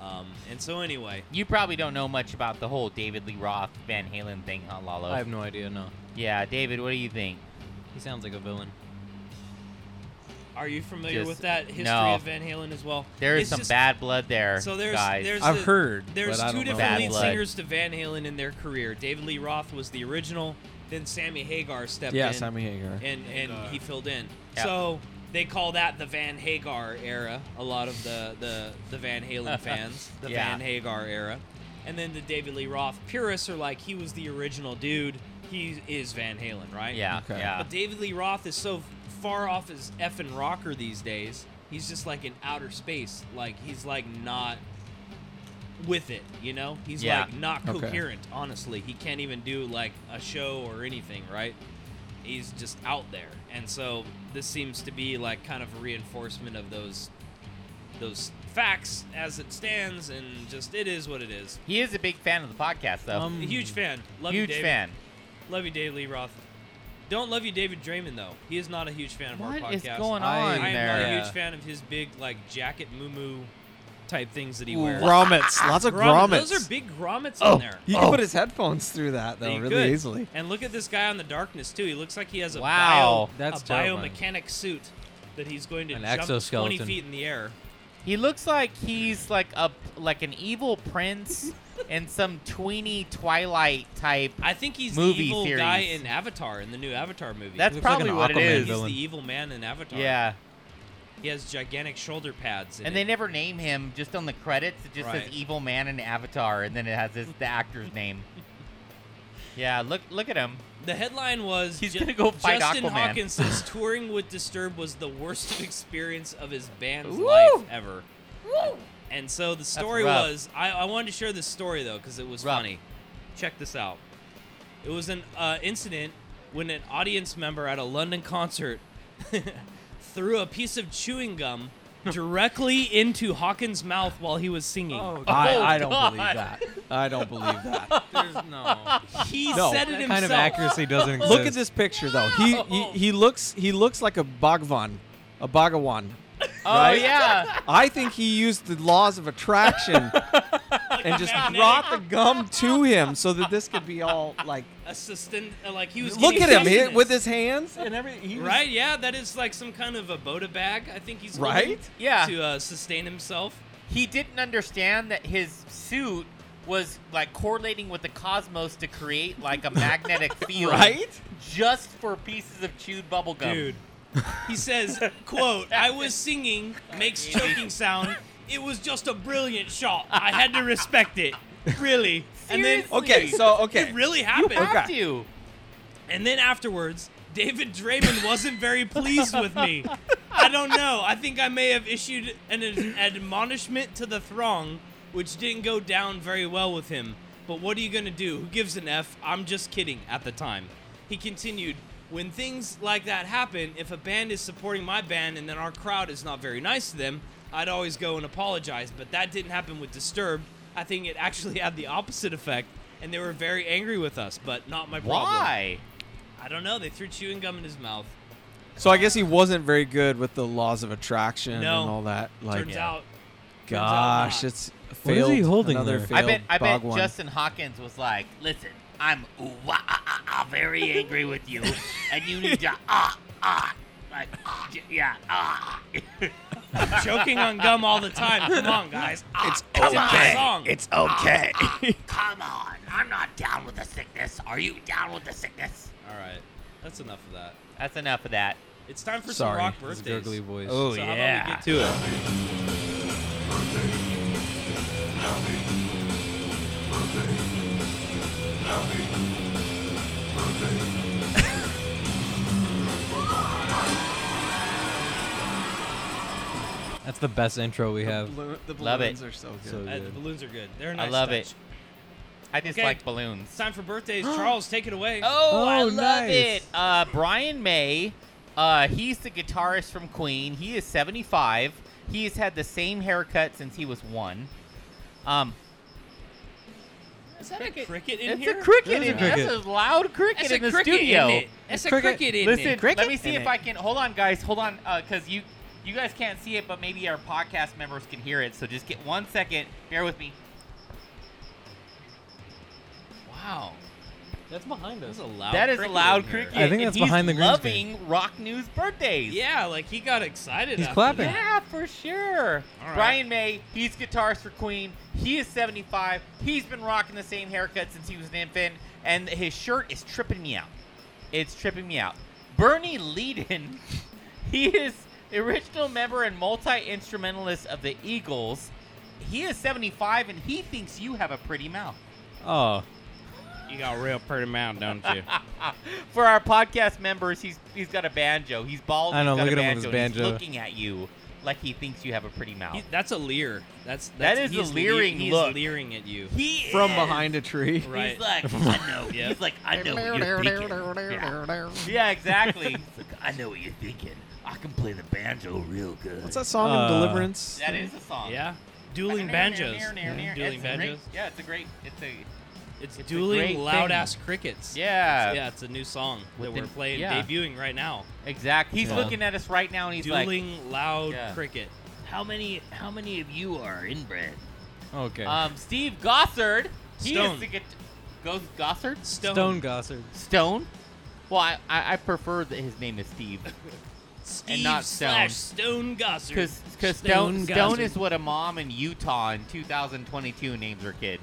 Um, and so anyway, You probably don't know much about the whole David Lee Roth Van Halen thing, huh, Lalo? I have no idea. No, Yeah, David, what do you think? he sounds like a villain. are you familiar Just- with that history no. of Van Halen as well? There is It's some just- bad blood there. So there's, guys. there's the- There's two different Bad lead blood. singers to Van Halen in their career. David Lee Roth was the original. Then Sammy Hagar stepped Yeah, in. Sammy Hagar. And and uh, he filled in. Yeah. So they call that the Van Hagar era. A lot of the the, the Van Halen fans, the Yeah. Van Hagar era, and then the David Lee Roth purists are like he was the original dude. He is Van Halen, right? Yeah, Okay. yeah. But David Lee Roth is so far off his effing rocker these days. He's just like in outer space. Like he's like not with it, you know? He's Yeah. like not Okay. coherent, honestly. He can't even do like a show or anything, right? He's just out there. And so this seems to be like kind of a reinforcement of those those facts as it stands and just it is what it is. He is a big fan of the podcast, though. A huge fan. Um, Love you, Um, huge David. fan. Love you, David Lee Roth. Don't love you, David Draymond, though. He is not a huge fan of our What podcast. is going on I am not a there? huge fan of his big like jacket moo moo type things that he Ooh, wears. grommets. Lots of grommets. Those are big grommets Oh, in there. you can put his headphones through that though, They really could. easily. And look at this guy on the darkness too. He looks like he has a Wow. bio, That's a terrifying. biomechanic suit that he's going to An jump twenty exoskeleton. feet in the air. He looks like he's like a like an evil prince in some tweeny Twilight type. I think he's movie the evil series. guy in Avatar in the new Avatar movie. That's Looks like probably an what it Aquaman is. He's villain. the evil man in Avatar. Yeah. He has gigantic shoulder pads. In and they never name him. Just on the credits, it just Right. says "evil man" and Avatar, and then it has his, the actor's name. Yeah, look look at him. The headline was He's Ju- gonna go fight Justin Aquaman. Hawkins says touring with Disturbed was the worst experience of his band's life ever. And so the story rough. was I, I wanted to share this story though because it was funny. Check this out. It was an uh, incident when an audience member at a London concert threw a piece of chewing gum directly into Hawkins' mouth while he was singing. I, I don't believe that. I don't believe that. There's no. He Oh, no, said it that himself. kind of accuracy doesn't exist. Look at this picture though. He he, he looks he looks like a Bhagwan, a Bhagawan. Oh, yeah. I think he used the laws of attraction and just brought the gum to him so that this could be all like. a sustain, uh, like he was. Look getting at him he, sustenance. with his hands and everything. He was- right? Yeah, that is like some kind of a Boda bag. I think he's holding Right? Yeah. to uh, sustain himself. He didn't understand that his suit was like correlating with the cosmos to create like a magnetic field, Right? Just for pieces of chewed bubble gum. Dude. He says, "Quote: I was singing, makes choking sound. It was just a brilliant shot. I had to respect it, really." And then, Okay, so, okay. it really You happened. have Okay. to. And then afterwards, David Draymond wasn't very pleased with me. I don't know. I think I may have issued an ad- admonishment to the throng, which didn't go down very well with him. But what are you going to do? Who gives an F? I'm just kidding at the time. He continued, When things like that happen, if a band is supporting my band and then our crowd is not very nice to them, I'd always go and apologize. But that didn't happen with Disturbed. I think it actually had the opposite effect, and they were very angry with us, but not my problem. Why? I don't know. They threw chewing gum in his mouth. So I guess he wasn't very good with the laws of attraction No. and all that. Like, Turns out- turns out gosh, it's What is failed. he holding another there? failed I bet I bet Bhagwan. Justin Hawkins was like, "Listen, I'm ooh, wah, ah, ah, ah, very angry with you, and you need to ah ah like ah, j- yeah ah." choking on gum all the time. Come on, guys. Ah, It's in my okay. song. It's okay. Come on, I'm not down with the sickness. Are you down with the sickness? All right, that's enough of that. That's enough of that. It's time for Sorry, some rock his birthdays. gurgly voice. Oh, so yeah. How about we get to it? Uh, That's the best intro we have. balloon- the Love it. balloons are so good. So Uh, the balloons are good. They're a I nice love touch. it. I just Okay. like balloons. It's time for birthdays. Charles, take it away. Oh, I love nice. it. Uh, Brian May, uh, he's the guitarist from Queen. He is 75. He has had the same haircut since he was one. Um, Is that a cricket in it's here? a cricket. in- That's a loud cricket That's a in the cricket studio. in it. That's a Cricket. cricket in Listen, it. let Cricket me see in if it. I can. Hold on, guys. Hold on, because you you guys can't see it, but maybe our podcast members can hear it. So just get one second. Bear with me. Wow. That's behind us. That's a loud that is a cricket loud in here. cricket. I think and that's he's behind the green loving rock news birthdays. Yeah, like he got excited. He's after clapping. that. Yeah, for sure. All right. Brian May, he's guitarist for Queen. He is 75. He's been rocking the same haircut since he was an infant, and his shirt is tripping me out. It's tripping me out. Bernie Leadon, he is the original member and multi instrumentalist of the Eagles. He is 75, and he thinks you have a pretty mouth. Oh. You got real pretty mouth, don't you? For our podcast members, he's he's got a banjo. He's bald. I he's know, got look a at him with his and banjo. He's looking at you like he thinks you have a pretty mouth. He- that's a leer. That's, That that's is a he's leer- leering he's look. leering at you. He From is. behind a tree. Right. He's like, I know. Yep. He's like, I know what you're thinking. Yeah, yeah exactly. He's like, I know what you're thinking. I can play the banjo real good. What's that song in Deliverance? That is a song. Yeah. Dueling banjos. Mm-hmm. Dueling It's a great- banjos. Yeah, it's a great. It's a. It's, it's a great dueling loud thing. ass crickets. Yeah. It's- yeah, it's a new song that With the- we're playing, yeah. debuting right now. Exactly. He's Yeah. looking at us right now, and he's like, dueling loud Yeah. cricket. "How many? How many of you are inbred?" Okay. Um, Steve Gossard. He Stone. is the guit- Go- Gossard. Stone. Stone Gossard. Stone? Well, I, I, I prefer that his name is Steve. and not Steve Stone. slash Stone Gossard. Because Stone, Stone is what a mom in Utah in 2022 names her kid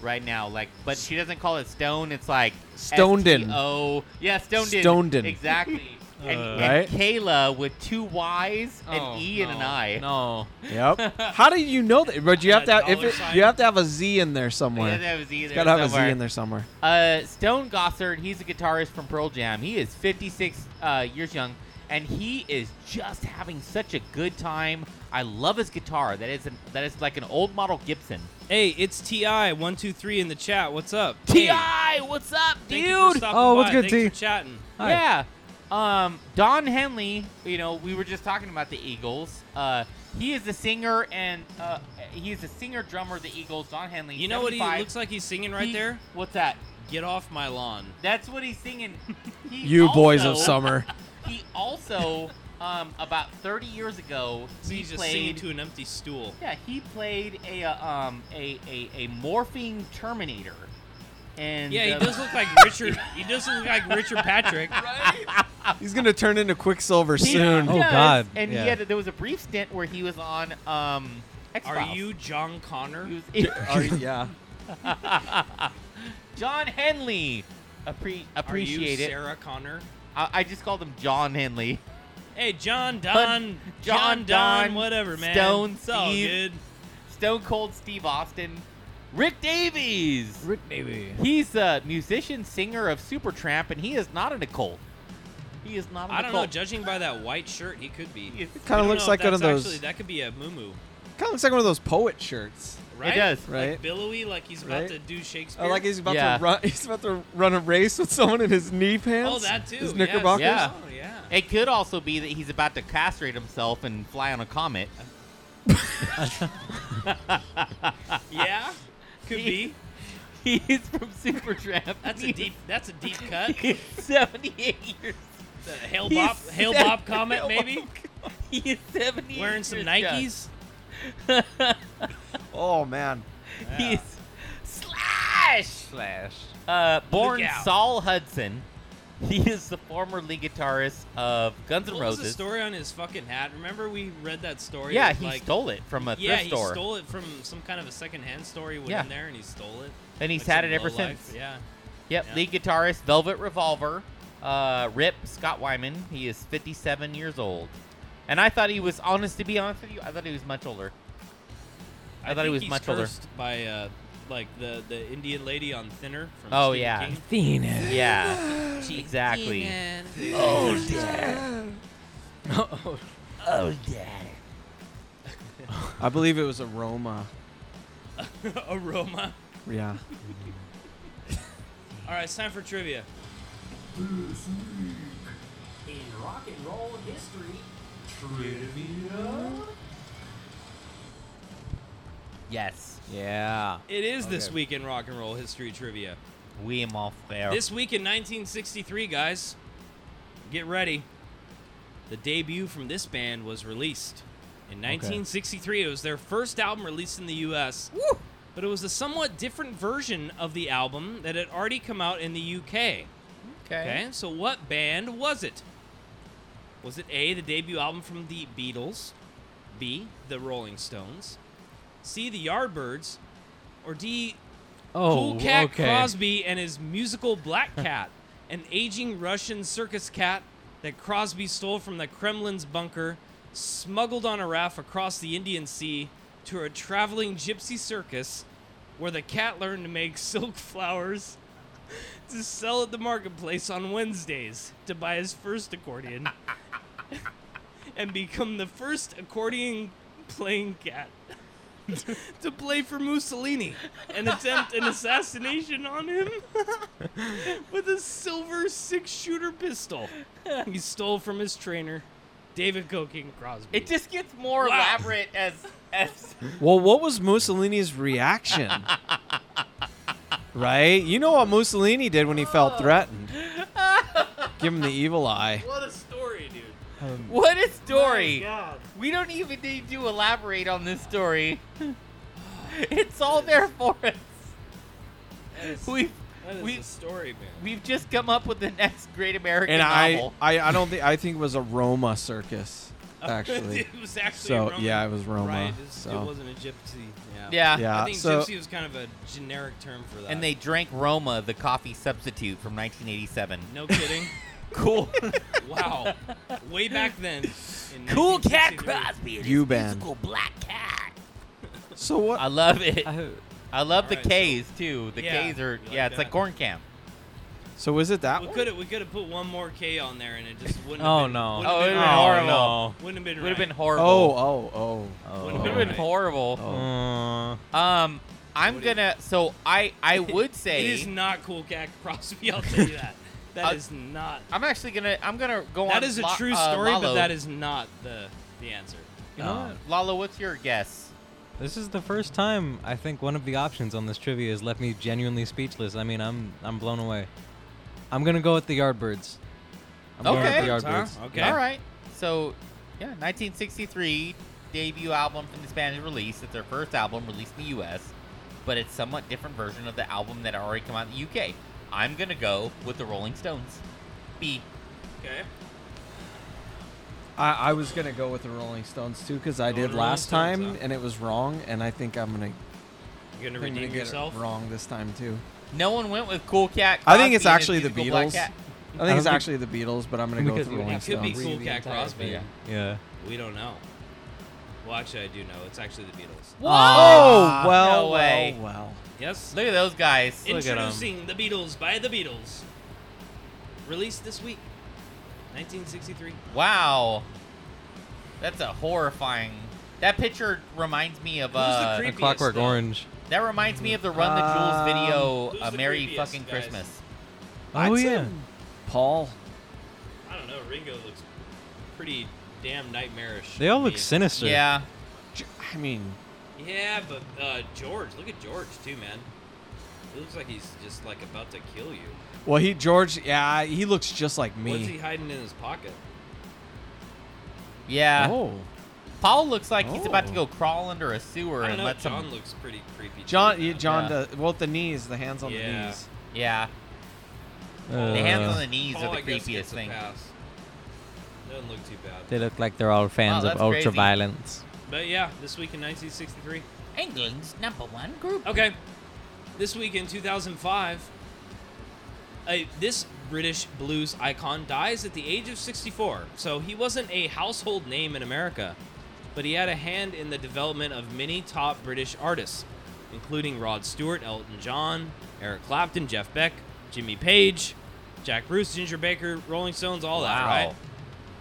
right now. Like, but she doesn't call it Stone. It's like Stoneden. Oh, yeah, Stoneden. Stoneden. Exactly. and, Uh, and right? Kayla with two Y's, an E, and an I. No. Yep. How do you know that? But you have to have, if dollar it, sign. you have to have a Z in there somewhere. Yeah, that was either It's gotta have somewhere. a Z in there somewhere. Uh, Stone Gossard, he's a guitarist from Pearl Jam. He is 56 uh, years young, and he is just having such a good time. I love his guitar. That is an, that is like an old model Gibson. Hey, it's Ti one two three in the chat. What's up? Ti, Hey, what's up, thank dude? you for stopping oh, by. what's good, Thanks T? for chatting. Yeah. Um, Don Henley, you know, we were just talking about the Eagles. Uh, he is the singer and uh, he is the singer drummer of the Eagles. Don Henley. You know what he 75. looks like? He's singing right He- there. What's that? Get off my lawn. That's what he's singing. He You boys of also- summer. He also, um, about 30 years ago, So he he's just singing played. to an empty stool. Yeah, he played a uh, um a, a a morphing Terminator. And Yeah, he uh, does look like Richard. he does look like Richard Patrick. He's gonna turn into Quicksilver He soon. does, And he had there was a brief stint where he was on um. X-Files. Are you John Connor? Are you- Oh, yeah. John Henley. Appre- appreciate Are you it. Sarah Connor? I, I just called him John Henley. Hey, John Don. John John, Don, Don, whatever, man. Stone It's all Steve. good. Stone Cold Steve Austin. Rick Davies. Rick Davies. He's a musician, singer of Supertramp, and he is not in a cult. He is not in I a don't know. cult. Judging by that white shirt, he could be. It kinda looks like one of those- Actually, that could be a moo Kind of looks like one of those poet shirts. Right? does. Right. Like billowy, like he's about Right? to do Shakespeare. Oh, like he's about Yeah. to run. He's about to run a race with someone in his knee pants. Oh, that too. His Yeah, knickerbockers. Yeah. Oh, yeah. It could also be that he's about to castrate himself and fly on a comet. Yeah, could He- be. He's from Supertramp. That's a deep. That's a deep cut. He's 78 years. The hail bop, He's hail sev- bop comet, Hail maybe. He is 78 Wearing some years young. Nikes. Oh man. He is slash. Slash. Uh, born Look out. Saul Hudson. He is the former lead guitarist of Guns N' What was the Roses. story on his fucking hat? Remember we read that story? Yeah, of, he like, stole it from a thrift yeah, store. he stole it from some kind of a secondhand store. He went Yeah. in there and he stole it. And he's Like had some it ever lowlife. since. Yeah. Yep, Yeah. lead guitarist, Velvet Revolver, uh, Rip Scott Wyman. He is 57 years old, and I thought he was honest. To be honest with you, I thought he was much older. I, thought think he was he's much older. cursed by uh, like the the Indian lady on Thinner from Oh Stephen yeah, King. Athena. yeah, exactly. Oh, Oh, Oh yeah. I believe it was Aroma. Aroma. Yeah. All right, it's time for trivia. In rock and roll history, trivia. Yes, Yeah. It is this Okay. week in rock and roll history trivia. we am all fair. This week in 1963, guys, get ready. The debut from this band was released in 1963. It was their first album released in the U.S., but it was a somewhat different version of the album that had already come out in the U.K. Okay, so what band was it? Was it A, the debut album from the Beatles, B, the Rolling Stones, C, the Yardbirds, or D, Cool Cat Oh, okay. Crosby and his musical Black Cat, an aging Russian circus cat that Crosby stole from the Kremlin's bunker, smuggled on a raft across the Indian Sea to a traveling gypsy circus where the cat learned to make silk flowers to sell at the marketplace on Wednesdays to buy his first accordion and become the first accordion playing cat to play for Mussolini and attempt an assassination on him with a silver six shooter pistol he stole from his trainer, David Coking Crosby. It just gets more Wow. elaborate as as Well, what was Mussolini's reaction? right? You know what Mussolini did when he felt threatened. Give him the evil eye. what a story, dude. Oh what a story. God. We don't even need to elaborate on this story. it's all there for us. We've That is We- a story, man. We've just come up with the next great American and I, novel. I, I don't think I think it was Aroma Circus actually. it was actually so Roma. yeah, it was Roma. Right, it's- so. it wasn't a gypsy. Yeah. Yeah. Yeah, Uh, I think so- gypsy was kind of a generic term for that. and they drank Roma, the coffee substitute from 1987. No kidding. cool. wow. Way back then. in Cool cat 1963. Crosby and You his ban. musical black cat. So what? I love it. I- I love the Alright, so- K's too. The Yeah, K's are you like yeah, it's that. like corn camp. So is it that We one? could have we could have put one more K on there and it just wouldn't. Oh, have been, no. wouldn't have Oh, been it would've been right. horrible. Wouldn't have been. Would have right. been horrible. Oh, oh, oh. Would've Would have been been right. horrible. Oh. Um, I'm gonna. So I I it would is say not cool cat Crosby. I'll tell you that. Uh, That is not. I'm actually gonna I'm gonna go on. That is a Lo- true uh, story, but Lalo. that is not the the answer. Um, You know what? Lalo. What's your guess? Oh. This is the first time I think one of the options on this trivia has left me genuinely speechless. I mean, I'm I'm blown away. I'm gonna go with the Yardbirds. I'm Okay. going with the Huh? Yardbirds. Okay. All right. So yeah, 1963 debut album from the Spanish release. It's their first album released in the U.S., but it's somewhat different version of the album that had already come out in the U.K. I'm gonna go with the Rolling Stones. B. Okay. I, I was gonna go with the Rolling Stones too because I Go with did Oh, Rolling last Stones, time huh? and it was wrong, and I think I'm gonna, You're gonna I'm gonna redeem get yourself. it wrong this time too. No one went with Cool Cat. I think it's Crosby and his actually the musical Black Beatles. Cat. I think it's actually the Beatles, but I'm gonna go with Because the you would Rolling It could be Stones. cool cat Crosby. Yeah. Yeah. We don't know. Well, actually, I do know. It's actually the Beatles. Whoa! Oh well, Ah, no way. well, well. Yes. Look at those guys. Introducing the Beatles by the Beatles. Released this week, 1963. Wow. That's a horrifying. That picture reminds me of Who's the uh. creep- A Clockwork though. Orange. that reminds me of the Run the Um, Jewels video, Who's "A the Merry creepiest, Fucking guys? Christmas." Oh I'd say yeah. Paul. I don't know. Ringo looks pretty damn nightmarish. They all to look me. sinister. Yeah. J- I mean, Yeah, but uh, George, look at George too, man. He looks like he's just like about to kill you. well, he George. Yeah, he looks just like me. What's he hiding in his pocket? Yeah. Oh, Paul looks like he's about to Oh. go crawl under a sewer I and don't know. let some. John looks pretty creepy. too, John. man. Yeah, John. Yeah. Does, well, the knees, the hands on Yeah. the knees. Yeah. Uh, the hands on the knees Paul, are the I guess, creepiest gets a thing. pass. Doesn't look too bad. They look like they're all fans Wow, of that's crazy. ultra violence. But yeah, this week in 1963. England's number one group. Okay. This week in 2005, a, this British blues icon dies at the age of 64. So he wasn't a household name in America, but he had a hand in the development of many top British artists, including Rod Stewart, Elton John, Eric Clapton, Jeff Beck, Jimmy Page, Jack Bruce, Ginger Baker, Rolling Stones, all that, Wow. right?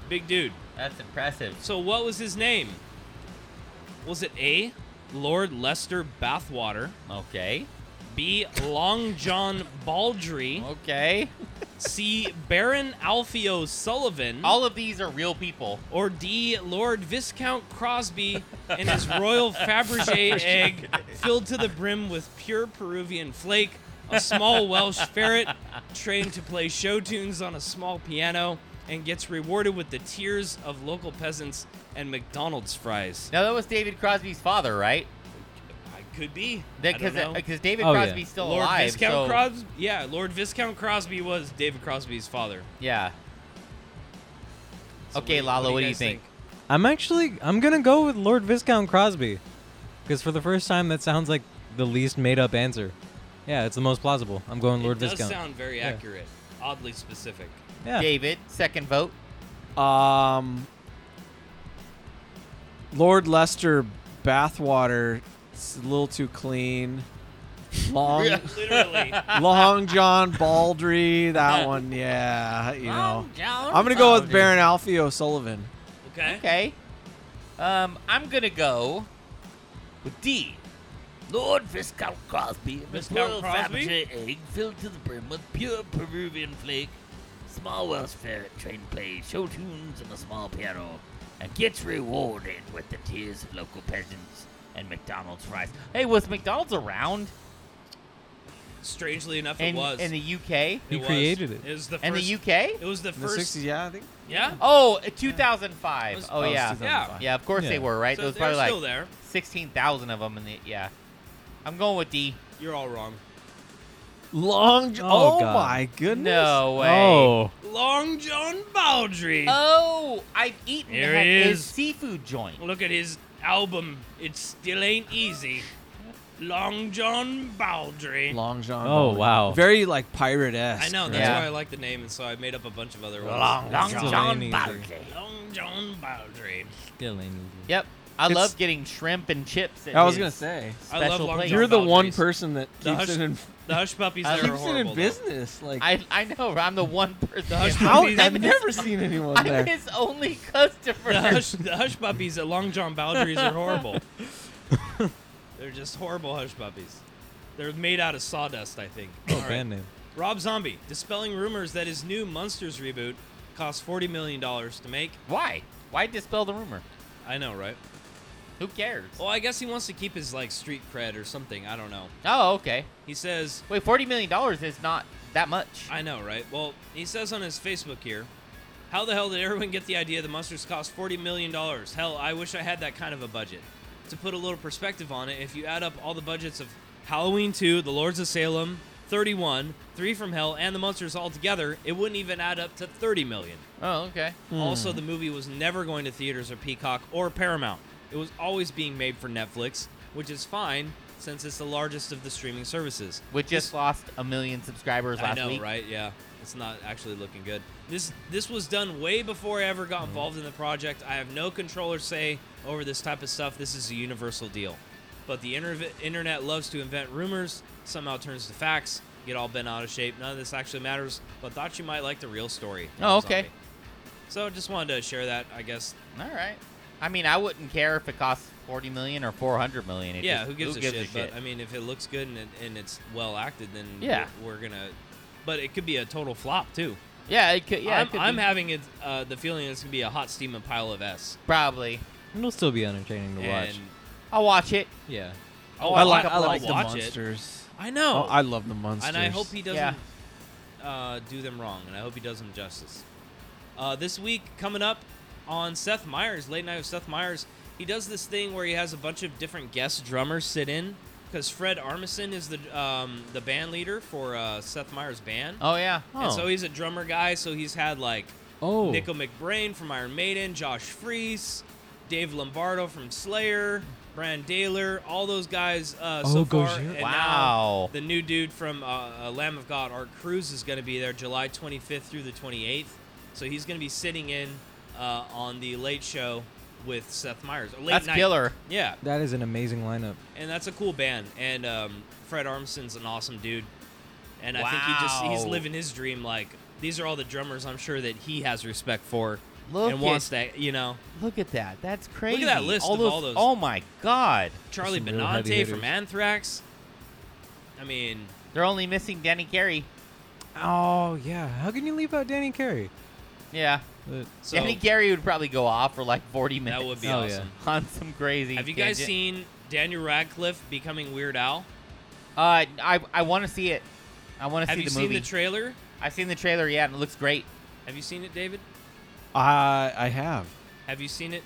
Big dude. That's impressive. So what was his name? Was it A, Lord Lester Bathwater? Okay. B. Long John Baldry. Okay. C. Baron Alfio Sullivan. All of these are real people. or D. Lord Viscount Crosby and his royal Fabergé egg filled to the brim with pure Peruvian flake, a small Welsh ferret trained to play show tunes on a small piano, and gets rewarded with the tears of local peasants and McDonald's fries. Now that was David Crosby's father, right? I could be. I don't know. Because David Oh, yeah. Crosby's still Lord alive. Viscount so, Crosby. Yeah, Lord Viscount Crosby was David Crosby's father. Yeah. So okay, Lalo, what do you think? I'm actually I'm gonna go with Lord Viscount Crosby, because for the first time that sounds like the least made up answer. Yeah, it's the most plausible. I'm going Lord it does Viscount. sound very Yeah. accurate, oddly specific. yeah. David, second vote. Um, Lord Lester bathwater. It's a little too clean. Long, Literally, Long John Baldry. That one, yeah. You know, John I'm gonna go with Baron Alfie O'Sullivan. okay. Okay. Um, I'm gonna go with D. Lord Viscount Crosby, and his Viscount royal Crosby? Fabergé egg filled to the brim with pure Peruvian flake, small Welsh ferret trained to play show tunes on a small piano, and gets rewarded with the tears of local peasants and McDonald's fries. Hey, was McDonald's around Strangely enough, in, it was. in the UK? He It was. created it. It was the first. In the UK? It was the In the first. '60s, yeah, I think. yeah. Oh, It 2005. was- Oh, oh, it's yeah. 2005. Yeah, of course Yeah. they were, right? So there was they're probably still there. like 16,000 of them in the yeah. I'm going with D. You're all wrong. Long John. Oh, Oh, God. my goodness. No way. Oh. Long John Baldry. Oh, I've eaten Here at he his is. seafood joint. Look at his album. It still ain't easy. Long John Baldry. Long John. Oh, Baldry. wow. Very like pirate esque. I know that's why I like the name, and so I made up a bunch of other ones. Long Long Still John ain't easy. Baldry. Long John Baldry. Still ain't easy. Yep. I It's- love getting shrimp and chips. At I was his gonna say. special I love Long place. John You're the Baldry's. one person that keeps it in- The hush puppies I there love- are horrible. though. business. Like I, I know. I'm the one person. The hush How- puppies. I've never seen anyone I'm there. his only customer. The hush, the hush puppies at Long John Baldry's are horrible. They're just horrible hush puppies. They're made out of sawdust, I think. Oh, All right. band name. Rob Zombie dispelling rumors that his new Monsters reboot cost forty million dollars to make. Why? Why dispel the rumor? I know, right? Who cares? Well, I guess he wants to keep his like street cred or something. I don't know. Oh, okay. He says, Wait, forty million dollars is not that much. I know, right? Well, he says on his Facebook here, how the hell did everyone get the idea the monsters cost $40 million? Hell, I wish I had that kind of a budget. To put a little perspective on it, if you add up all the budgets of Halloween 2, The Lords of Salem, 31, 3 from Hell, and the monsters all together, it wouldn't even add up to 30 million. Oh, okay. Also, the movie was never going to theaters or Peacock or Paramount. It was always being made for Netflix, which is fine since it's the largest of the streaming services. We just lost a million subscribers I last know, week. right? Yeah, it's not actually looking good. This this was done way before I ever got Mm-hmm. involved in the project. I have no control or say over this type of stuff. This is a universal deal. But the interv- internet loves to invent rumors, somehow turns to facts, get all bent out of shape. None of this actually matters, but thought you might like the real story. Oh, Zombie. okay. So just wanted to share that, I guess. All right. I mean, I wouldn't care if it costs forty million or four hundred million. It yeah, just- who gives, a, shit, But I mean, if it looks good and, it, and it's well acted, then Yeah. we're, we're gonna. But it could be a total flop too. yeah, it could. Yeah, it I'm, could I'm be- having it, uh, the feeling it's gonna be a hot steaming pile of s. probably. It'll still be entertaining to watch. And- I'll watch it. Yeah. Oh, I I'll like, watch- I I'll like the watch it. monsters. I know. Oh, I love the monsters. And I hope he doesn't Yeah. uh, do them wrong, and I hope he does them justice. Uh, this week coming up on Seth Meyers, late night with Seth Meyers, he does this thing where he has a bunch of different guest drummers sit in because Fred Armisen is the um, the band leader for uh, Seth Meyers' band. Oh yeah. And so he's a drummer guy, so he's had like Oh. Nico McBrain from Iron Maiden, Josh Freese, Dave Lombardo from Slayer, Brian Daler, all those guys uh, so Oh, far. Gojira. And now Wow. the new dude from uh, uh, Lamb of God, Art Cruz, is going to be there July 25th through the 28th. So he's going to be sitting in uh, on the late show with Seth Meyers. or Late That's night. killer. Yeah That is an amazing lineup. and that's a cool band. And um, Fred Armsen's an awesome dude, and I think he just he's Wow. living his dream. Like these are all the drummers I'm sure that he has respect for Look and wants at- that. You know, Look at that. That's crazy. that list all of those, all those- Oh my god. Charlie Some real heavy Benante hitters. from Anthrax. I mean, They're only missing Danny Carey. Oh yeah. How can you leave out Danny Carey? Yeah. But- so Danny Carey would probably go off for like 40 minutes. that would be Oh, yeah. awesome. on some crazy. Have you guys tangent. seen Daniel Radcliffe becoming Weird Al? Uh, I I want to see it. I want to Have see you the seen movie. the trailer? I've seen the trailer. Yeah, and it looks great. Have you seen it, David? I I have. Have you seen it?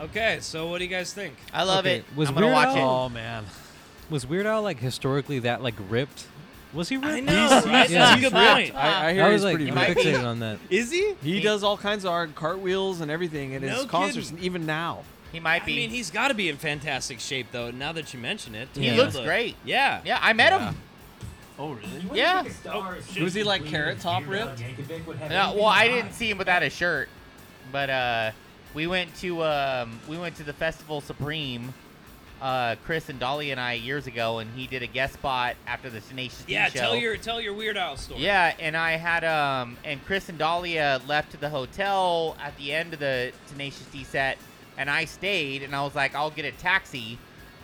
Okay, so what do you guys think? I love Okay, it. was I'm gonna Weird watch Al- Oh man. Was Weird Al like historically that like ripped? Was he ripped? I know, right? Yeah. That's a good point. I, I hear I was he's like pretty. might ripped. be. fixated on that. Is he? He does all kinds of art cartwheels and everything at No his kidding. concerts, and even now. it. He might I be. mean, he's got to be in fantastic shape, though. Now that you mention it, he Yeah. looks Look. great. Yeah. Yeah, I met him. Oh, really? Yeah. Was he like carrot top ripped? No, well, I didn't see him without a shirt, but uh, we went to um, we went to the festival Supreme. Uh, Chris and Dolly and I years ago, and he did a guest spot after the Tenacious D Yeah. show. Tell your tell your Weird Al story. Yeah, and I had um and Chris and Dahlia left to the hotel at the end of the Tenacious D set, and I stayed, and I was like, I'll get a taxi,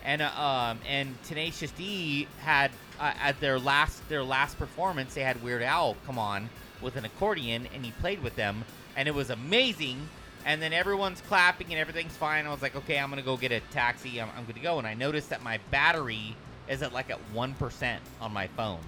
and uh, um and Tenacious D had uh, at their last their last performance, they had Weird Al come on with an accordion, and he played with them, and it was amazing. And then everyone's clapping and everything's fine. I was like, okay, I'm gonna go get a taxi. I'm, I'm gonna go, and I noticed that my battery is at like at one percent on my phone.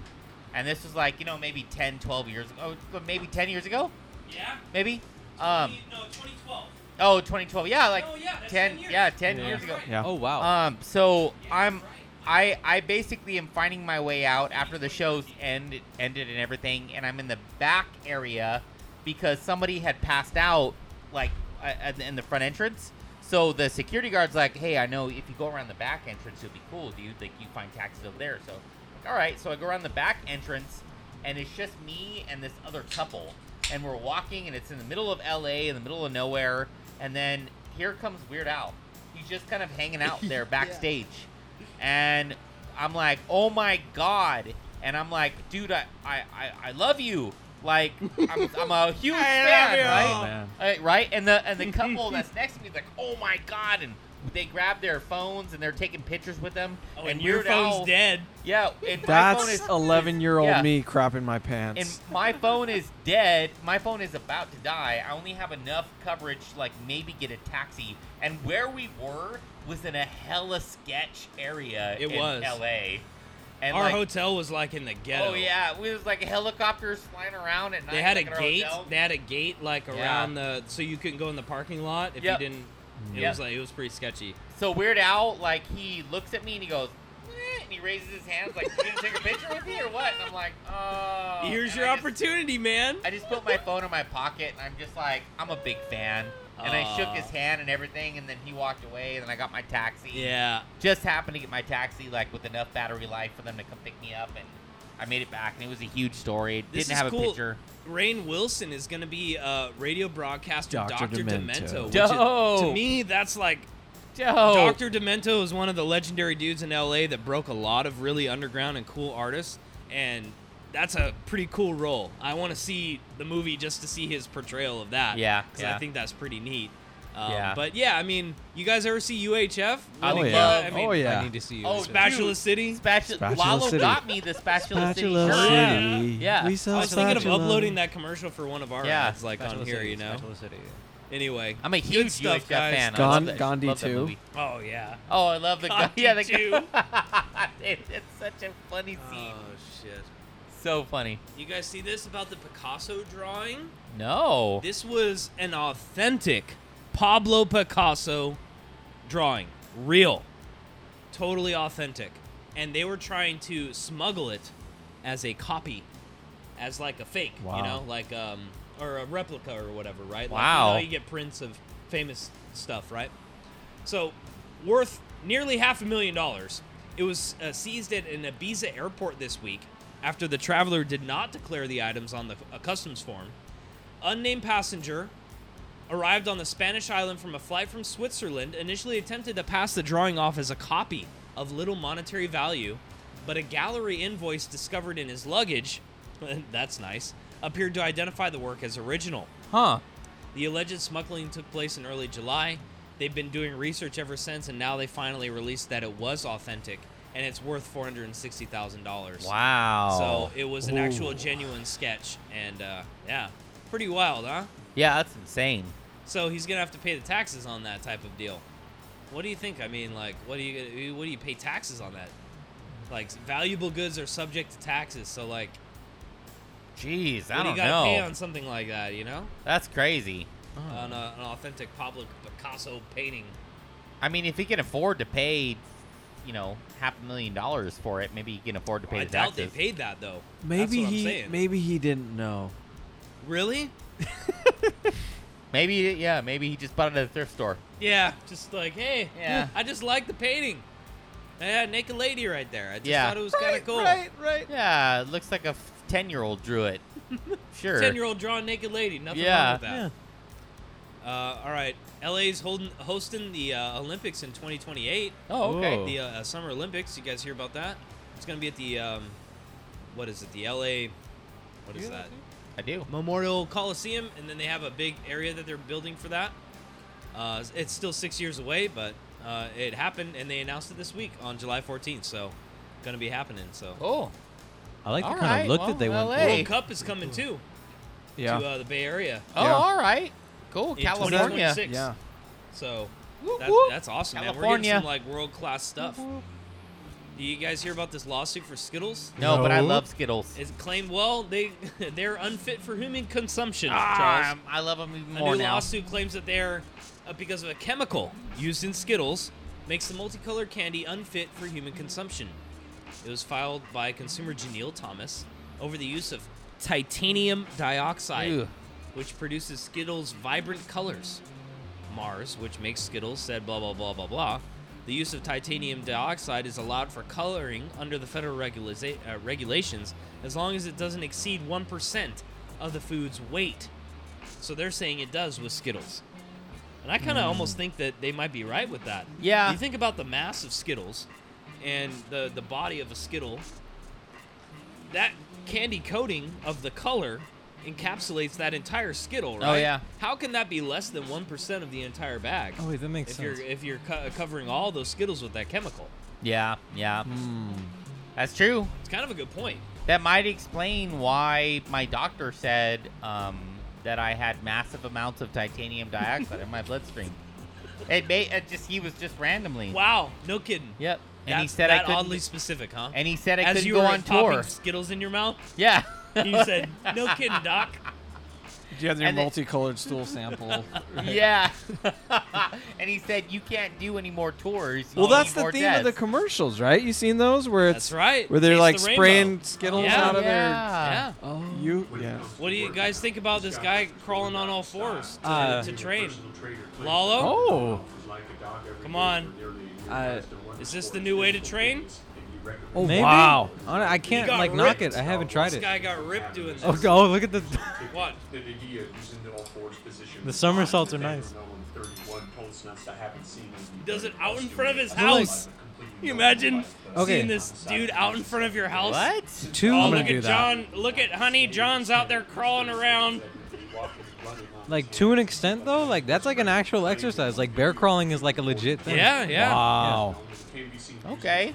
And this was like, you know, maybe 10, 12 years ago. oh, Maybe 10 years ago? Yeah. Maybe? Um, no, 2012. oh, 2012. Yeah, like Oh, yeah, that's 10, 10 years. yeah, Uh, 10 Oh, Yeah. years ago. Yeah. Oh wow. Um, so I'm I I basically am finding my way out after the show's end ended and everything, and I'm in the back area because somebody had passed out like uh, at the- in the front entrance. So the security guard's like, "Hey, I know if you go around the back entrance, it'll be cool, dude. Like you find taxis over there." So, like, all right, so I go around the back entrance, and it's just me and this other couple, and we're walking, and it's in the middle of L.A. in the middle of nowhere, and then here comes Weird Al. He's just kind of hanging out there backstage and I'm like, oh my god, and I'm like, dude, I I, I, I love you. Like I'm, I'm a huge fan, right? Uh, right? And the and the couple that's next to me is like, oh my god, and they grab their phones and they're taking pictures with them. Oh, and, and your Weird phone's Al- dead. Yeah, and my phone That's is 11 year old yeah. me crapping my pants. And my phone is dead. My phone is about to die. I only have enough coverage to like maybe get a taxi. And where we were was in a hella sketch area It in was. LA. And Our like, hotel was like in the ghetto. Oh yeah, we was like helicopters flying around at night. They had a like, at our gate. hotel. They had a gate like Yeah. around the so you couldn't go in the parking lot if Yep. you didn't. It Yep. was like it was pretty sketchy. So Weird Al, like he looks at me and he goes, "Eh," and he raises his hands like, "You gonna take a picture with me or what?" And I'm like, "Oh." Here's And your I just- opportunity, man. I just put my phone in my pocket and I'm just like, I'm a big fan. And I shook Aw. his hand and everything, and then he walked away, and then I got my taxi. Yeah. Just happened to get my taxi, like, with enough battery life for them to come pick me up, and I made it back, and it was a huge story. It This didn't is have cool. a picture. Rain Wilson is going to be uh, radio broadcaster Dr. Dr. Demento. Demento. which is- to Dope. me, that's like. Dope. Dr. Demento is one of the legendary dudes in LA that broke a lot of really underground and cool artists, and that's a pretty cool role. I want to see the movie just to see his portrayal of that. Yeah, Because I yeah. think that's pretty neat. Um, Yeah. But yeah, I mean, you guys ever see UHF? I Really yeah. good. love- I mean, Oh, yeah. I need to see you. Oh, It's- Spatula Dude, City. Spatula, Spatula Lalo City. got me the Spatula, Spatula City shirt. City. Yeah. We sell I was thinking of spatula. uploading that commercial for one of our Yeah. ads, like on Spatula here, City, you know. Spatula City. Anyway, I'm a good huge stuff, UHF guys. fan. I Gone- love that- Gandhi love that too. movie. Oh yeah. Oh, I love the gun. Cocky Yeah, the too. It- it's such a funny scene. Oh shit. So funny. You guys see this about the Picasso drawing? No. This was an authentic Pablo Picasso drawing. Real. Totally authentic. And they were trying to smuggle it as a copy, as like a fake, Wow. you know, like um or a replica or whatever, right? Wow. Like, you, know, you get prints of famous stuff, right? So, worth nearly half a million dollars. It was uh, seized at an Ibiza airport this week after the traveler did not declare the items on the a customs form. Unnamed passenger arrived on the Spanish island from a flight from Switzerland, initially attempted to pass the drawing off as a copy of little monetary value, but a gallery invoice discovered in his luggage that's nice appeared to identify the work as original. Huh. The alleged smuggling took place in early July. They've been doing research ever since, and now they finally released that it was authentic, and it's worth four hundred and sixty thousand dollars. Wow. So it was an actual Ooh. genuine sketch, and uh, yeah, pretty wild, huh? Yeah, that's insane. So he's gonna have to pay the taxes on that type of deal. What do you think? I mean, like, what do you what do you pay taxes on that? Like, valuable goods are subject to taxes, so like, Jeez, I what do don't you gotta pay know. on something like that? You know, That's crazy. on a, an authentic Pablo Picasso painting. I mean, if he can afford to pay, you know, half a million dollars for it, maybe he can afford to pay I the doubt taxes. they paid that though. That's Maybe what I'm he saying. maybe he didn't know. Really? Maybe, yeah, maybe he just bought it at a thrift store. Yeah. Just like, hey, Yeah. I just like the painting. Yeah, naked lady right there. I just Yeah. thought it was kind of cool. right. Yeah, it looks like a ten-year-old drew it. sure. Ten-year-old drawing naked lady. Nothing wrong Yeah. with that. Uh, all right, LA's holding hosting the uh, Olympics in 2028. Oh, okay. Whoa. The uh, Summer Olympics. You guys hear about that? It's gonna be at the um, what is it? The LA. What is that? I do. Memorial Coliseum, and then they have a big area that they're building for that. Uh, it's still six years away, but uh, it happened, and they announced it this week on July 14th. So, gonna be happening. So, Cool. I like the All kind right, of look well, that they went LA. for. World Cup is coming too. Yeah. To uh, the Bay Area. Oh, Yeah. all right. Cool. In California. 2026. So that, whoop. that's awesome, man. We're California. getting some like world class stuff. Do you guys hear about this lawsuit for Skittles? No, but I love Skittles. It's claimed well they they're unfit for human consumption. Ah, Charles. I love them even A more new now. lawsuit claims that they're uh, because of a chemical used in Skittles makes the multicolored candy unfit for human consumption. It was filed by consumer Janelle Thomas over the use of titanium dioxide, Ew. which produces Skittles' vibrant colors. Mars, which makes Skittles, said blah blah blah blah blah. The use of titanium dioxide is allowed for coloring under the federal regulisa- uh, regulations as long as it doesn't exceed 1% of the food's weight. So they're saying it does with Skittles. And I kind of Mm. almost think that they might be right with that. Yeah. You think about the mass of Skittles and the, the body of a Skittle, that candy coating of the color encapsulates that entire Skittle, right? Oh, yeah. How can that be less than 1% of the entire bag? Oh, wait, that makes if sense. You're, if you're co- covering all those Skittles with that chemical. Yeah, yeah. That's true. It's kind of a good point. That might explain why my doctor said um, that I had massive amounts of titanium dioxide in my bloodstream. It may it just he was just randomly. Wow, no kidding. Yep. And he That's- said I that couldn't. oddly specific, huh? and he said I As couldn't you go were on popping tour. Skittles in your mouth. Yeah. You said, "No kidding, doc." Did you have your And then- multicolored stool sample? yeah. and he said you can't do any more tours. you Well, need that's the more theme deaths." of the commercials, right? You seen those where it's That's right. where they're Taste like the rainbow. spraying Skittles Yeah. out of uh, Yeah. their you yeah. What do you guys think about this guy crawling on all fours to, Uh, to train? Lalo? Oh, Come on. Uh, Is this the new way to train? Oh Maybe. wow! He I don't- I can't got like knock ripped. it. I haven't tried This it. guy got ripped doing this. Oh, go- oh, look at the What? the somersaults are nice. He does it out in front of his house. Can you imagine Okay. seeing this dude out in front of your house? What? Two- Oh, I'm look gonna at do John. that. Look at Honey. John's out there crawling around. Like to an extent though, like that's like an actual exercise. Like bear crawling is like a legit thing. Yeah, yeah. Wow. Okay.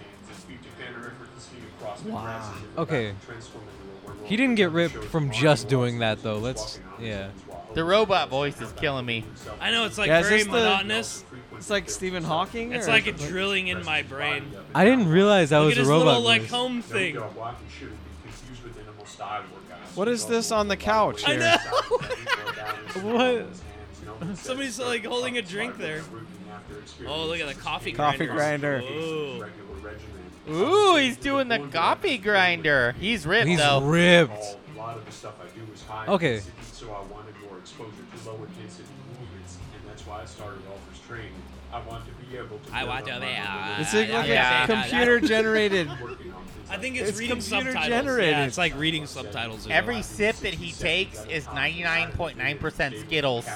Wow. Okay. He didn't get ripped from just doing that though. Let's yeah. The robot voice is killing me. I know it's like Yeah, is very this the- monotonous. It's like Stephen Hawking. It's or- like a drilling in my brain. I didn't realize that Look was at a his robot. little like voice. home thing. What is this on the couch? I here? know. What? Somebody's like holding a drink there. Oh, look at the coffee Coffee grinder. grinder. Ooh. Ooh, he's doing the coffee grinder. He's ripped He's though. ripped. Okay. So I wanted more exposure to lower density movements, and that's why I started off as training. I want to be able to. I build want to on my be- mobility. It's like, like Yeah. a computer generated. I think it's, It's reading computer subtitles. Yeah, generated. it's like reading subtitles. or Every something. sip that he takes is 99.9% Skittles.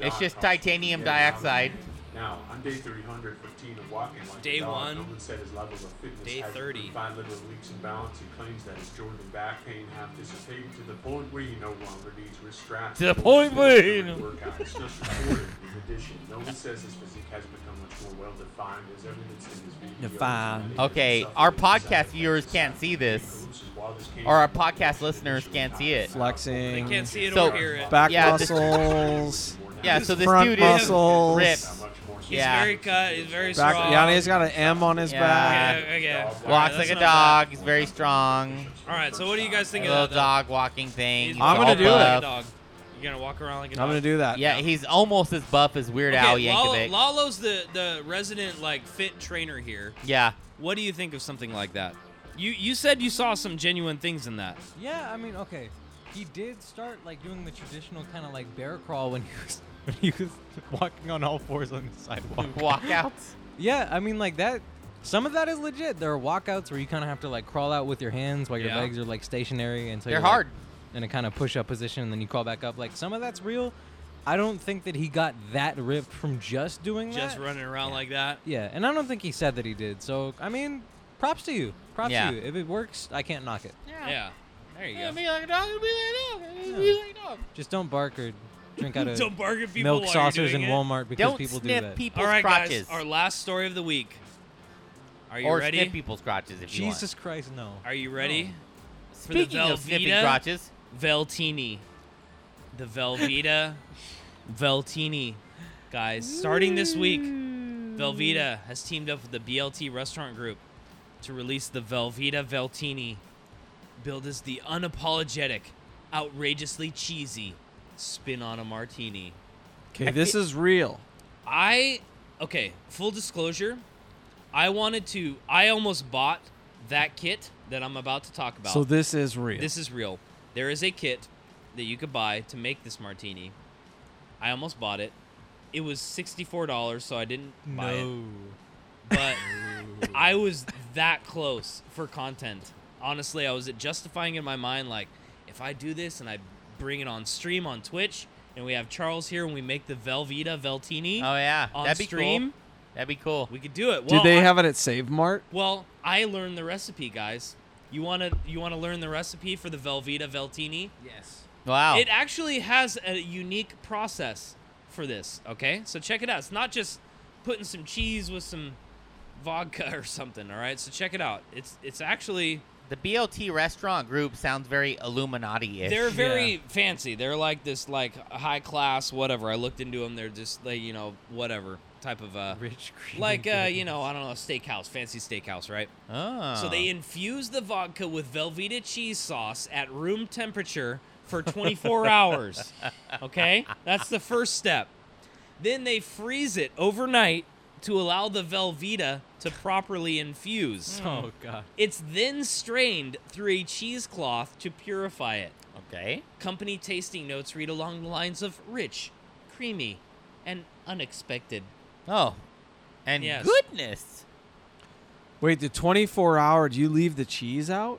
It's just titanium dioxide. Now, on day 315 of walking like Day a dog, one. no one said his level of fitness Day has 30. improved by little leaps and bounds. He claims that his joint and back pain have dissipated to the point where he no longer needs wrist straps. To the point where he- Workout. It's just recorded. In addition, no one says his physique has become much more well defined as evidence in his video. Defined. Okay, our podcast viewers can't see this, or our podcast listeners can't see it. Flexing. They can't see it So- or hear it. Back Yeah, this- muscles. Yeah, so this front dude muscles. is ripped. He's Yeah, very cut. He's very Back, strong. yeah, he's got an M on his Yeah. back. Okay, okay. All right, walks that's like not a bad. dog. He's very strong. All right, so what do you guys think Little of that? dog walking though? thing. He's He's I'm gonna all do it. Like a buff. dog. You're gonna walk around like a dog. I'm gonna do that. Yeah, he's almost as buff as Weird Al Okay, uh, Lalo- Yankovic. Lalo's the the resident like fit trainer here. Yeah. What do you think of something like that? You you said you saw some genuine things in that. Yeah, I mean, okay. He did start like doing the traditional kind of like bear crawl when he was when he was walking on all fours on the sidewalk. Walkouts. yeah, I mean like that some of that is legit. There are walkouts where you kind of have to like crawl out with your hands while your Yeah. legs are like stationary and so They're you're, like, hard. in a kind of push-up position and then you crawl back up. Like some of that's real. I don't think that he got that ripped from just doing Just that. running around like that. Yeah, and I don't think he said that he did. So, I mean, props to you. Props Yeah. to you. If it works, I can't knock it. Yeah. There you go. Be like a dog. Be like a dog. Be like a dog. Just don't bark or drink out of Don't bark at people milk while you're saucers in doing it. Walmart because Don't people sniff do that. people. All right, crotches. guys. Our last story of the week. Are you or ready? sniff people's crotches if you want. Jesus Christ, no. Are you ready? For Speaking of sniffing Velveeta crotches. Veltini. The Velveeta Veltini. Guys, starting this week, Mm. Velveeta has teamed up with the BLT Restaurant Group to release the Velveeta Veltini, billed as the unapologetic, outrageously cheesy spin on a martini. Okay, this is real. I okay, full disclosure, I wanted to. I almost bought that kit that I'm about to talk about. So this is real. This is real. There is a kit that you could buy to make this martini. I almost bought it. It was sixty-four dollars, so I didn't buy it. But I was that close for content. Honestly, I was justifying in my mind like, if I do this and I bring it on stream on Twitch, and we have Charles here and we make the Velveeta Veltini. Oh yeah, on that'd be stream. cool. That'd be cool. We could do it. Do Well, they I- have it at Save Mart? Well, I learned the recipe, guys. You wanna you wanna learn the recipe for the Velveeta Veltini? Yes. Wow. It actually has a unique process for this. Okay, so check it out. It's not just putting some cheese with some vodka or something. All right, so check it out. It's it's actually the BLT restaurant group sounds very Illuminati-ish. They're very fancy. They're like this, like high class, whatever. I looked into them. They're just like you know, whatever type of uh, rich, like uh, you know, I don't know, steakhouse, fancy steakhouse, right? Oh. So they infuse the vodka with Velveeta cheese sauce at room temperature for 24 hours. Okay, that's the first step. Then they freeze it overnight to allow the Velveeta to properly infuse. Oh, God. It's then strained through a cheesecloth to purify it. Okay. Company tasting notes read along the lines of rich, creamy, and unexpected. Oh, and Yes. goodness. Wait, the 24 hour, do you leave the cheese out?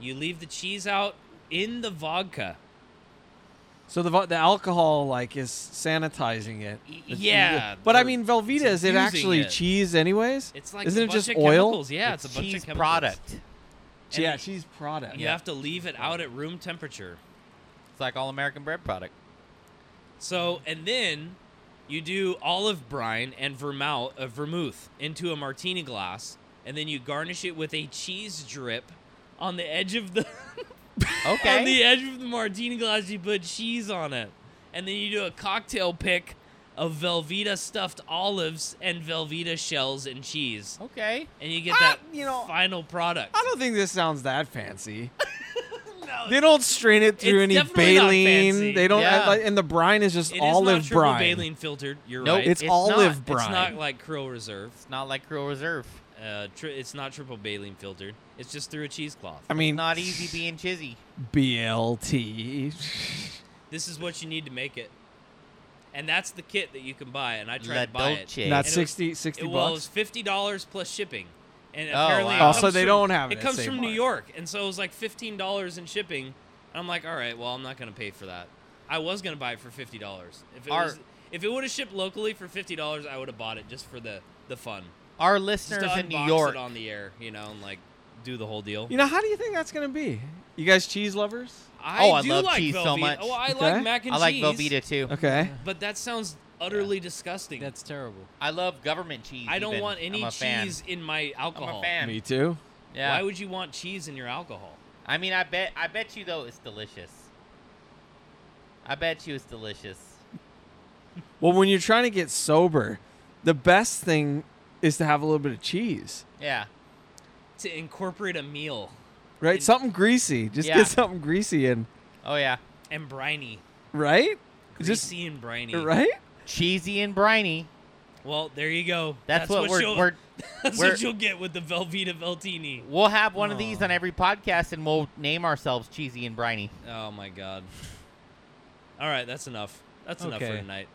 You leave the cheese out in the vodka. So the vo- the alcohol like is sanitizing it. It's- yeah, but I they're- mean Velveeta it's is it infusing actually it. cheese anyways? It's like isn't a it bunch just of oil? chemicals. Yeah, it's, a bunch of chemicals. And yeah, cheese product. You have to leave it out at room temperature. It's like all American bread product. So, and then you do olive brine and vermouth, uh, vermouth into a martini glass, and then you garnish it with a cheese drip on the edge of the okay. on the edge of the martini glass. You put cheese on it, and then you do a cocktail pick of Velveeta stuffed olives and Velveeta shells and cheese. Okay, and Ah, you get that final product. I don't think this sounds that fancy. They don't strain it through any It's definitely not fancy. baleen. They don't, Yeah. like, and the brine is just It is olive not triple brine. Baleen filtered. You're Nope, right. it's It's olive not. brine. It's not like Krill Reserve. It's not like Krill Reserve. Uh, tri- it's not triple baleen filtered. It's just through a cheesecloth. I mean, not easy being chizzy. BLT. This is what you need to make it, and that's the kit that you can buy. And I tried La to buy Dolce. it. Not And it was- 60 60 it, Well, it bucks? was fifty dollars plus shipping. And Oh, apparently, wow. it Oh, so comes they from- don't have it It at comes Save from Mart. New York, and so it was like fifteen dollars in shipping. And I'm like, all right, well, I'm not gonna pay for that. I was gonna buy it for fifty dollars. If it Our- was, if it would have shipped locally for fifty dollars, I would have bought it just for the the fun. Our Just to listeners in New unbox it York. on the air, you know, and like do the whole deal. You know, how do you think that's going to be? You guys cheese lovers? I do like Velveeta. Oh, I like mac and I like cheese. Velveeta too. Okay. But that sounds utterly disgusting. That's terrible. I love government cheese. I don't even. want any I'm a fan. cheese in my alcohol. fan. Me too. Yeah. Why would you want cheese in your alcohol? I mean, I bet. I bet you though, it's delicious. I bet you it's delicious. Well, when you're trying to get sober, the best thing is to have a little bit of cheese, Yeah. To incorporate a meal right? something greasy. Just Yeah. get something greasy in, Oh yeah. and briny, right? Just greasy and briny, right? Cheesy and briny. Well, there you go. That's what we're- you'll- we're- that's we're- what you'll get with the Velveeta Veltini. We'll have one of these on every podcast, and we'll name ourselves Cheesy and Briny. Oh my god. All right, that's enough. That's enough for Okay. tonight.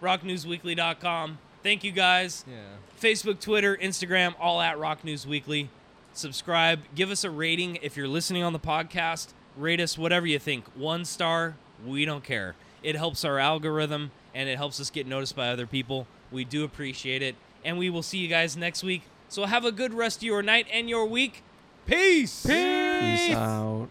Rocknewsweekly.com. Thank you guys. Yeah. Facebook, Twitter, Instagram, all at Rock News Weekly. Subscribe. Give us a rating if you're listening on the podcast. Rate us whatever you think. One star, we don't care. It helps our algorithm and it helps us get noticed by other people. We do appreciate it. And we will see you guys next week. So have a good rest of your night and your week. Peace. Peace out.